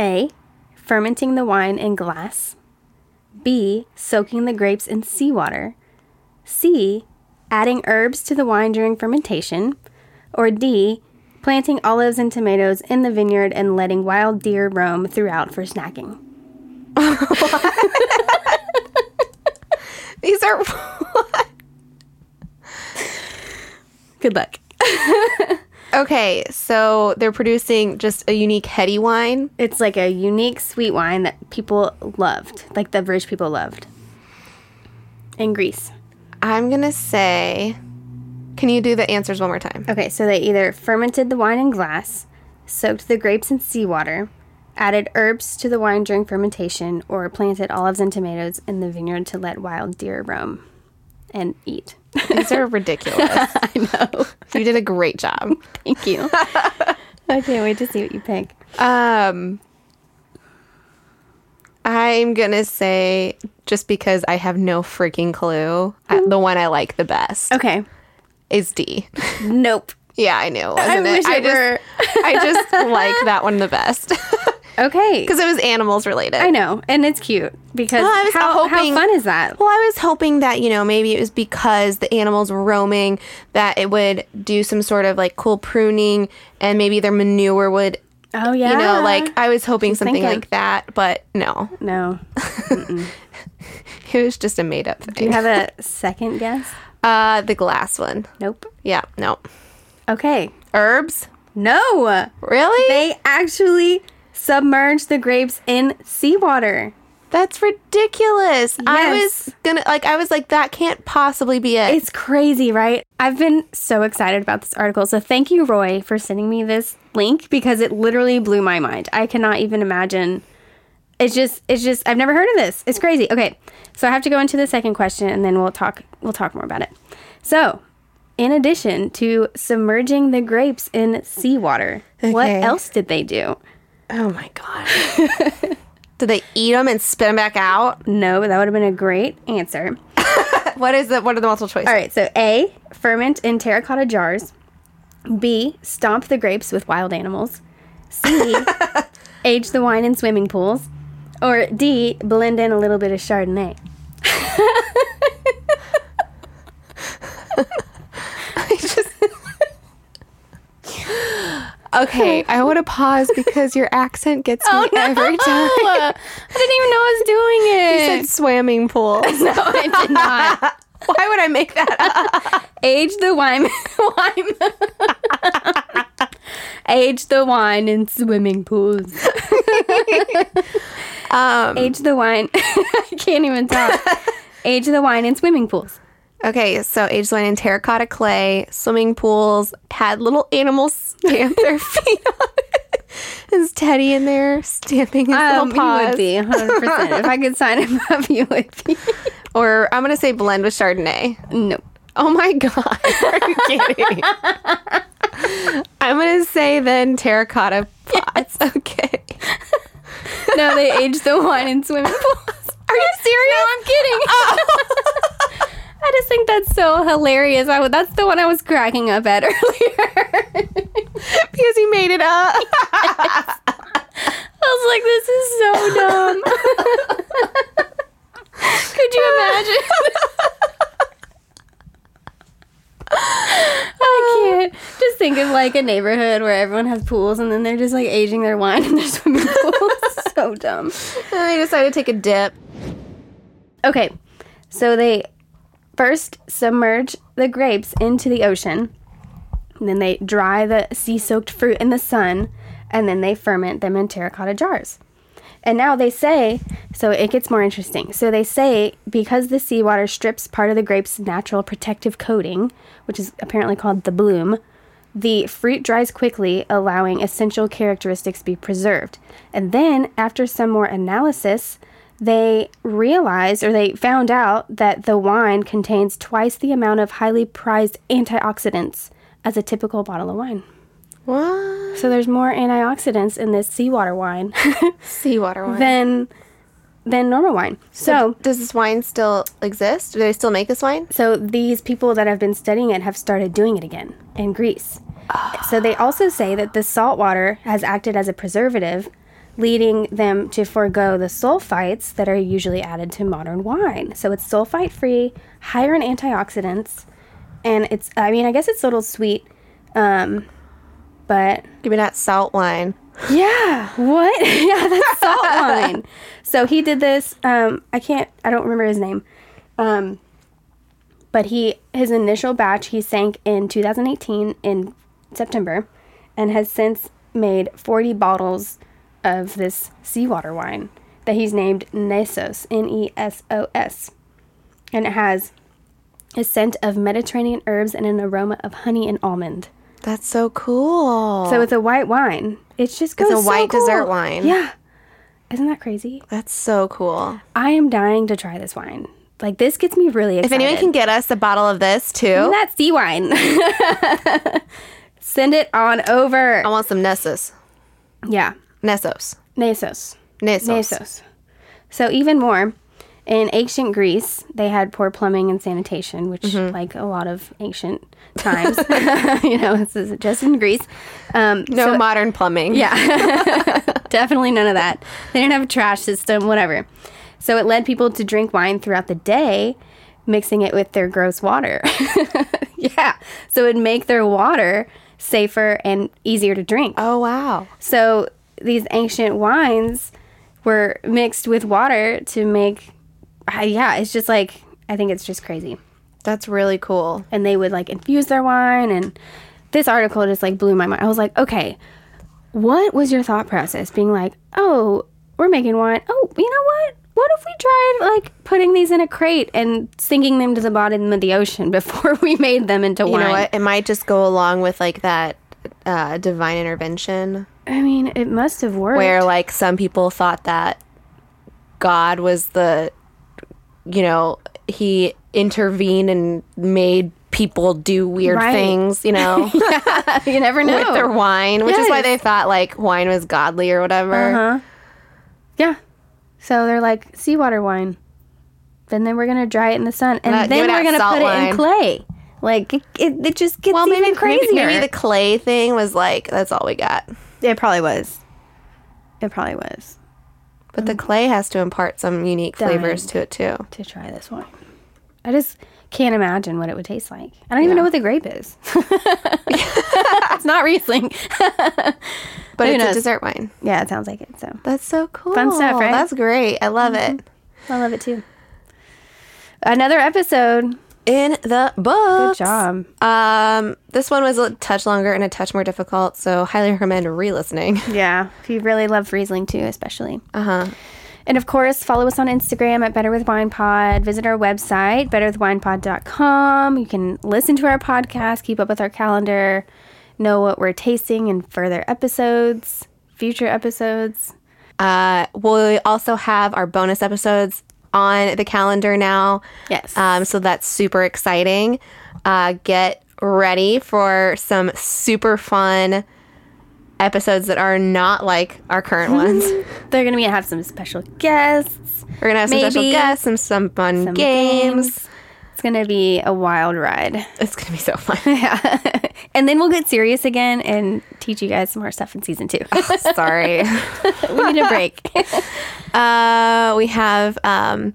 [SPEAKER 1] A. Fermenting the wine in glass. B. Soaking the grapes in seawater. C. Adding herbs to the wine during fermentation. Or D. Planting olives and tomatoes in the vineyard and letting wild deer roam throughout for snacking.
[SPEAKER 2] These are
[SPEAKER 1] Good luck.
[SPEAKER 2] okay. So they're producing just a unique heady wine.
[SPEAKER 1] It's like a unique sweet wine that people loved, like the rich people loved. In Greece.
[SPEAKER 2] I'm gonna say. Can you do the answers one more time?
[SPEAKER 1] Okay, so they either fermented the wine in glass, soaked the grapes in seawater, added herbs to the wine during fermentation, or planted olives and tomatoes in the vineyard to let wild deer roam and eat.
[SPEAKER 2] These are ridiculous. I know. You did a great job.
[SPEAKER 1] Thank you. I can't wait to see what you pick.
[SPEAKER 2] Um, I'm gonna say just because I have no freaking clue, I, the one I like the best
[SPEAKER 1] Okay.
[SPEAKER 2] is D.
[SPEAKER 1] Nope.
[SPEAKER 2] Yeah, I knew. Wasn't it?
[SPEAKER 1] wish
[SPEAKER 2] I
[SPEAKER 1] it
[SPEAKER 2] just,
[SPEAKER 1] were.
[SPEAKER 2] I just like that one the best because
[SPEAKER 1] Okay.
[SPEAKER 2] it was animals related.
[SPEAKER 1] I know, and it's cute because
[SPEAKER 2] Well, I was
[SPEAKER 1] how,
[SPEAKER 2] hoping-
[SPEAKER 1] how fun is that?
[SPEAKER 2] Well, I was hoping that, you know, maybe it was because the animals were roaming that it would do some sort of like cool pruning and maybe their manure would,
[SPEAKER 1] Oh yeah.
[SPEAKER 2] you know, like I was hoping something
[SPEAKER 1] thinking.
[SPEAKER 2] like that, but no,
[SPEAKER 1] No.
[SPEAKER 2] it was just a made up
[SPEAKER 1] Do you
[SPEAKER 2] thing.
[SPEAKER 1] have a second guess?
[SPEAKER 2] Uh, the glass one.
[SPEAKER 1] Nope.
[SPEAKER 2] Yeah, no.
[SPEAKER 1] Okay.
[SPEAKER 2] Herbs?
[SPEAKER 1] No.
[SPEAKER 2] Really?
[SPEAKER 1] They actually submerge the grapes in seawater.
[SPEAKER 2] That's ridiculous. I
[SPEAKER 1] Yes.
[SPEAKER 2] was gonna, like, I was like, that can't possibly be it.
[SPEAKER 1] It's crazy, right? I've been so excited about this article. So thank you, Roy, for sending me this link because it literally blew my mind. I cannot even imagine. It's just, it's just, I've never heard of this. It's crazy. Okay, so I have to go into the second question, and then we'll talk, we'll talk more about it. So, in addition to submerging the grapes in seawater, what
[SPEAKER 2] Okay.
[SPEAKER 1] else did they do?
[SPEAKER 2] oh my God. Did they eat them and spit them back out?
[SPEAKER 1] No, that would have been a great answer.
[SPEAKER 2] What is the, what are the multiple choices?
[SPEAKER 1] All right, so A, ferment in terracotta jars. B, stomp the grapes with wild animals. C, age the wine in swimming pools. Or D, blend in a little bit of Chardonnay.
[SPEAKER 2] Okay, I want to pause because your accent gets me every time.
[SPEAKER 1] I didn't even know I
[SPEAKER 2] You said swimming pool.
[SPEAKER 1] no, I did not.
[SPEAKER 2] Why would I make that up?
[SPEAKER 1] Age the wine. wine. Age the wine in swimming pools.
[SPEAKER 2] Um,
[SPEAKER 1] Age the wine. I can't even talk. Age the wine in swimming pools.
[SPEAKER 2] okay, so age line in terracotta clay, swimming pools, had little animals stamp their feet on it. Is Teddy in there stamping his
[SPEAKER 1] Um,
[SPEAKER 2] little
[SPEAKER 1] you
[SPEAKER 2] paws?
[SPEAKER 1] would be 100%. if I could sign him up, you would be.
[SPEAKER 2] Or I'm going to say blend with Chardonnay.
[SPEAKER 1] No.
[SPEAKER 2] Oh my God. Are you kidding? I'm going to say then terracotta pots. Okay.
[SPEAKER 1] No, they age the wine in swimming pools.
[SPEAKER 2] Are you serious?
[SPEAKER 1] No, I'm kidding. I just think that's so hilarious. I would, that's the one I was cracking up at earlier.
[SPEAKER 2] because he made it up.
[SPEAKER 1] I was like, this is so dumb. Could you imagine? I can't. Just think of like a neighborhood where everyone has pools and then they're just like aging their wine in their swimming pools. so dumb.
[SPEAKER 2] And I decided to take a dip.
[SPEAKER 1] Okay, so they first submerge the grapes into the ocean, and then they dry the sea soaked fruit in the sun, and then they ferment them in terracotta jars. And now they say, so it gets more interesting. So they say because the seawater strips part of the grape's natural protective coating, which is apparently called the bloom, The fruit dries quickly, allowing essential characteristics be preserved. And then, after some more analysis, they realized or they found out that the wine contains twice the amount of highly prized antioxidants as a typical bottle of wine.
[SPEAKER 2] What?
[SPEAKER 1] So there's more antioxidants in this seawater wine
[SPEAKER 2] Seawater wine.
[SPEAKER 1] than than normal wine. So,
[SPEAKER 2] so, does this wine still exist? Do they still make this wine?
[SPEAKER 1] So these people that have been studying it have started doing it again in Greece. So they also say that the salt water has acted as a preservative, leading them to forego the sulfites that are usually added to modern wine. So it's sulfite free, higher in antioxidants, and it's I mean I guess it's a little sweet, um, but
[SPEAKER 2] Give me that salt wine.
[SPEAKER 1] yeah. What? yeah, that's salt wine. So he did this. Um, I can't. I don't remember his name. Um, but he his initial batch he sank in 2018 in September, and has since made 40 bottles of this seawater wine that he's named Nesos. N E S O S, and it has a scent of Mediterranean herbs and an aroma of honey and almond.
[SPEAKER 2] That's so cool.
[SPEAKER 1] So it's a white wine. It's just goes so
[SPEAKER 2] a white
[SPEAKER 1] cool.
[SPEAKER 2] dessert wine.
[SPEAKER 1] Yeah. Isn't that crazy?
[SPEAKER 2] that's so cool.
[SPEAKER 1] I am dying to try this wine. Like this gets me really excited.
[SPEAKER 2] If anyone can get us a bottle of this too,
[SPEAKER 1] that sea wine. Send it on over.
[SPEAKER 2] I want some Nessus.
[SPEAKER 1] Yeah.
[SPEAKER 2] Nessos.
[SPEAKER 1] Nasos.
[SPEAKER 2] Nessos.
[SPEAKER 1] Nasos. So even more, in ancient Greece, they had poor plumbing and sanitation, which
[SPEAKER 2] Mm-hmm.
[SPEAKER 1] like a lot of ancient times, you know, this is just in Greece. Um,
[SPEAKER 2] No modern plumbing. Yeah.
[SPEAKER 1] Definitely none of that. They didn't have a trash system, whatever. So it led people to drink wine throughout the day, mixing it with their gross water. yeah. So it'd make their water safer and easier to drink.
[SPEAKER 2] Oh wow.
[SPEAKER 1] So these ancient wines were mixed with water to make, ah, yeah, it's just like, I think it's just crazy.
[SPEAKER 2] That's really cool.
[SPEAKER 1] And they would like infuse their wine. And this article just like blew my mind. I was like, okay, what was your thought process being like oh we're making wine oh you know what what if we tried like putting these in a crate and sinking them to the bottom of the ocean before we made them into
[SPEAKER 2] You
[SPEAKER 1] wine
[SPEAKER 2] know what? It might just go along with like that uh, divine intervention
[SPEAKER 1] i mean it must have worked
[SPEAKER 2] where like some people thought that God was the you know, he intervened and made people do weird
[SPEAKER 1] Right.
[SPEAKER 2] things, you know.
[SPEAKER 1] you never know
[SPEAKER 2] with their wine, which is why
[SPEAKER 1] Yes. Uh-huh.
[SPEAKER 2] they thought like wine was godly or whatever.
[SPEAKER 1] yeah so they're like seawater wine then then we're gonna dry it in the sun and
[SPEAKER 2] Uh, give it
[SPEAKER 1] then
[SPEAKER 2] that
[SPEAKER 1] we're gonna
[SPEAKER 2] salt
[SPEAKER 1] put it
[SPEAKER 2] wine.
[SPEAKER 1] in clay like it, it, it just gets
[SPEAKER 2] Well,
[SPEAKER 1] even
[SPEAKER 2] maybe
[SPEAKER 1] crazier
[SPEAKER 2] crazy. Maybe, the clay thing was like that's all we got.
[SPEAKER 1] it probably was it probably was
[SPEAKER 2] But
[SPEAKER 1] Mm.
[SPEAKER 2] the clay has to impart some unique flavors to it too.
[SPEAKER 1] to try this wine. I just can't imagine what it would taste like. I don't even know what the grape is. it's not Riesling.
[SPEAKER 2] But
[SPEAKER 1] Who
[SPEAKER 2] it's a
[SPEAKER 1] knows?
[SPEAKER 2] dessert wine.
[SPEAKER 1] Yeah, it sounds like it. So
[SPEAKER 2] That's so cool.
[SPEAKER 1] Fun stuff, right? Mm-hmm.
[SPEAKER 2] That's great. I love it.
[SPEAKER 1] I love it too. Another episode.
[SPEAKER 2] In the
[SPEAKER 1] Good
[SPEAKER 2] book.
[SPEAKER 1] job.
[SPEAKER 2] Um, this one was a touch longer and a touch more difficult, so highly recommend re-listening.
[SPEAKER 1] Yeah, if you really love Riesling too, especially.
[SPEAKER 2] Uh huh.
[SPEAKER 1] And of course, follow us on Instagram at Better With Wine Pod. Visit our website, betterwithwinepod.com. You can listen to our podcast, keep up with our calendar, know what we're tasting in further episodes, future episodes.
[SPEAKER 2] Uh, we also have our bonus episodes on the calendar now.
[SPEAKER 1] Yes.
[SPEAKER 2] Um, so that's super exciting. Uh, get ready for some super fun episodes that are not like our current ones.
[SPEAKER 1] They're gonna be have some special guests,
[SPEAKER 2] We're gonna have some special
[SPEAKER 1] Maybe.
[SPEAKER 2] guests, some some fun
[SPEAKER 1] some
[SPEAKER 2] games.
[SPEAKER 1] It's gonna be a wild ride.
[SPEAKER 2] It's gonna be so fun.
[SPEAKER 1] Yeah, and then we'll get serious again and teach you guys some more stuff in season two.
[SPEAKER 2] Sorry.
[SPEAKER 1] we need a break.
[SPEAKER 2] Uh, we have um,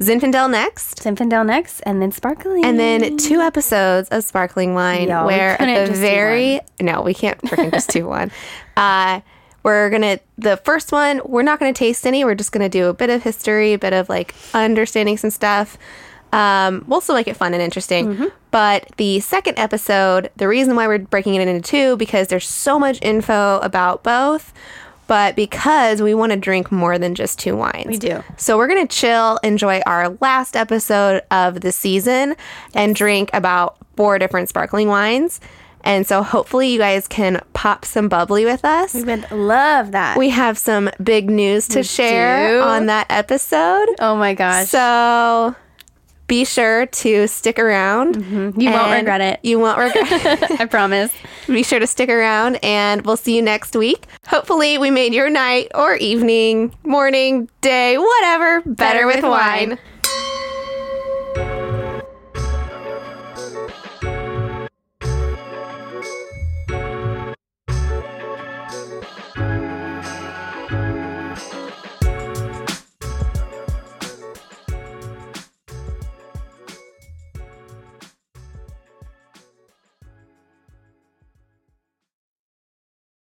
[SPEAKER 2] Zinfandel next.
[SPEAKER 1] Zinfandel next, and then sparkling,
[SPEAKER 2] And then two episodes of sparkling wine,
[SPEAKER 1] Y'all, we
[SPEAKER 2] where
[SPEAKER 1] couldn't
[SPEAKER 2] at the
[SPEAKER 1] just do
[SPEAKER 2] very no, we can't freaking just do one. Uh, we're gonna the first one. We're not gonna taste any. We're just gonna do a bit of history, a bit of like understanding some stuff. Um, we'll still make it fun and interesting.
[SPEAKER 1] Mm-hmm.
[SPEAKER 2] But the second episode, the reason why we're breaking it into two because there's so much info about both. But because we want to drink more than just two wines, we
[SPEAKER 1] do.
[SPEAKER 2] so we're going to chill, enjoy our last episode of the season, and drink about four different sparkling wines. And so hopefully you guys can pop some bubbly with us.
[SPEAKER 1] We would love that.
[SPEAKER 2] We have some big news to share
[SPEAKER 1] do.
[SPEAKER 2] on that episode.
[SPEAKER 1] oh my gosh.
[SPEAKER 2] So be sure to stick around.
[SPEAKER 1] you Mm-hmm. won't
[SPEAKER 2] and
[SPEAKER 1] regret it.
[SPEAKER 2] You won't regret it.
[SPEAKER 1] I promise.
[SPEAKER 2] Be sure to stick around and we'll see you next week. Hopefully, we made your night or evening, morning, day, whatever better, with wine.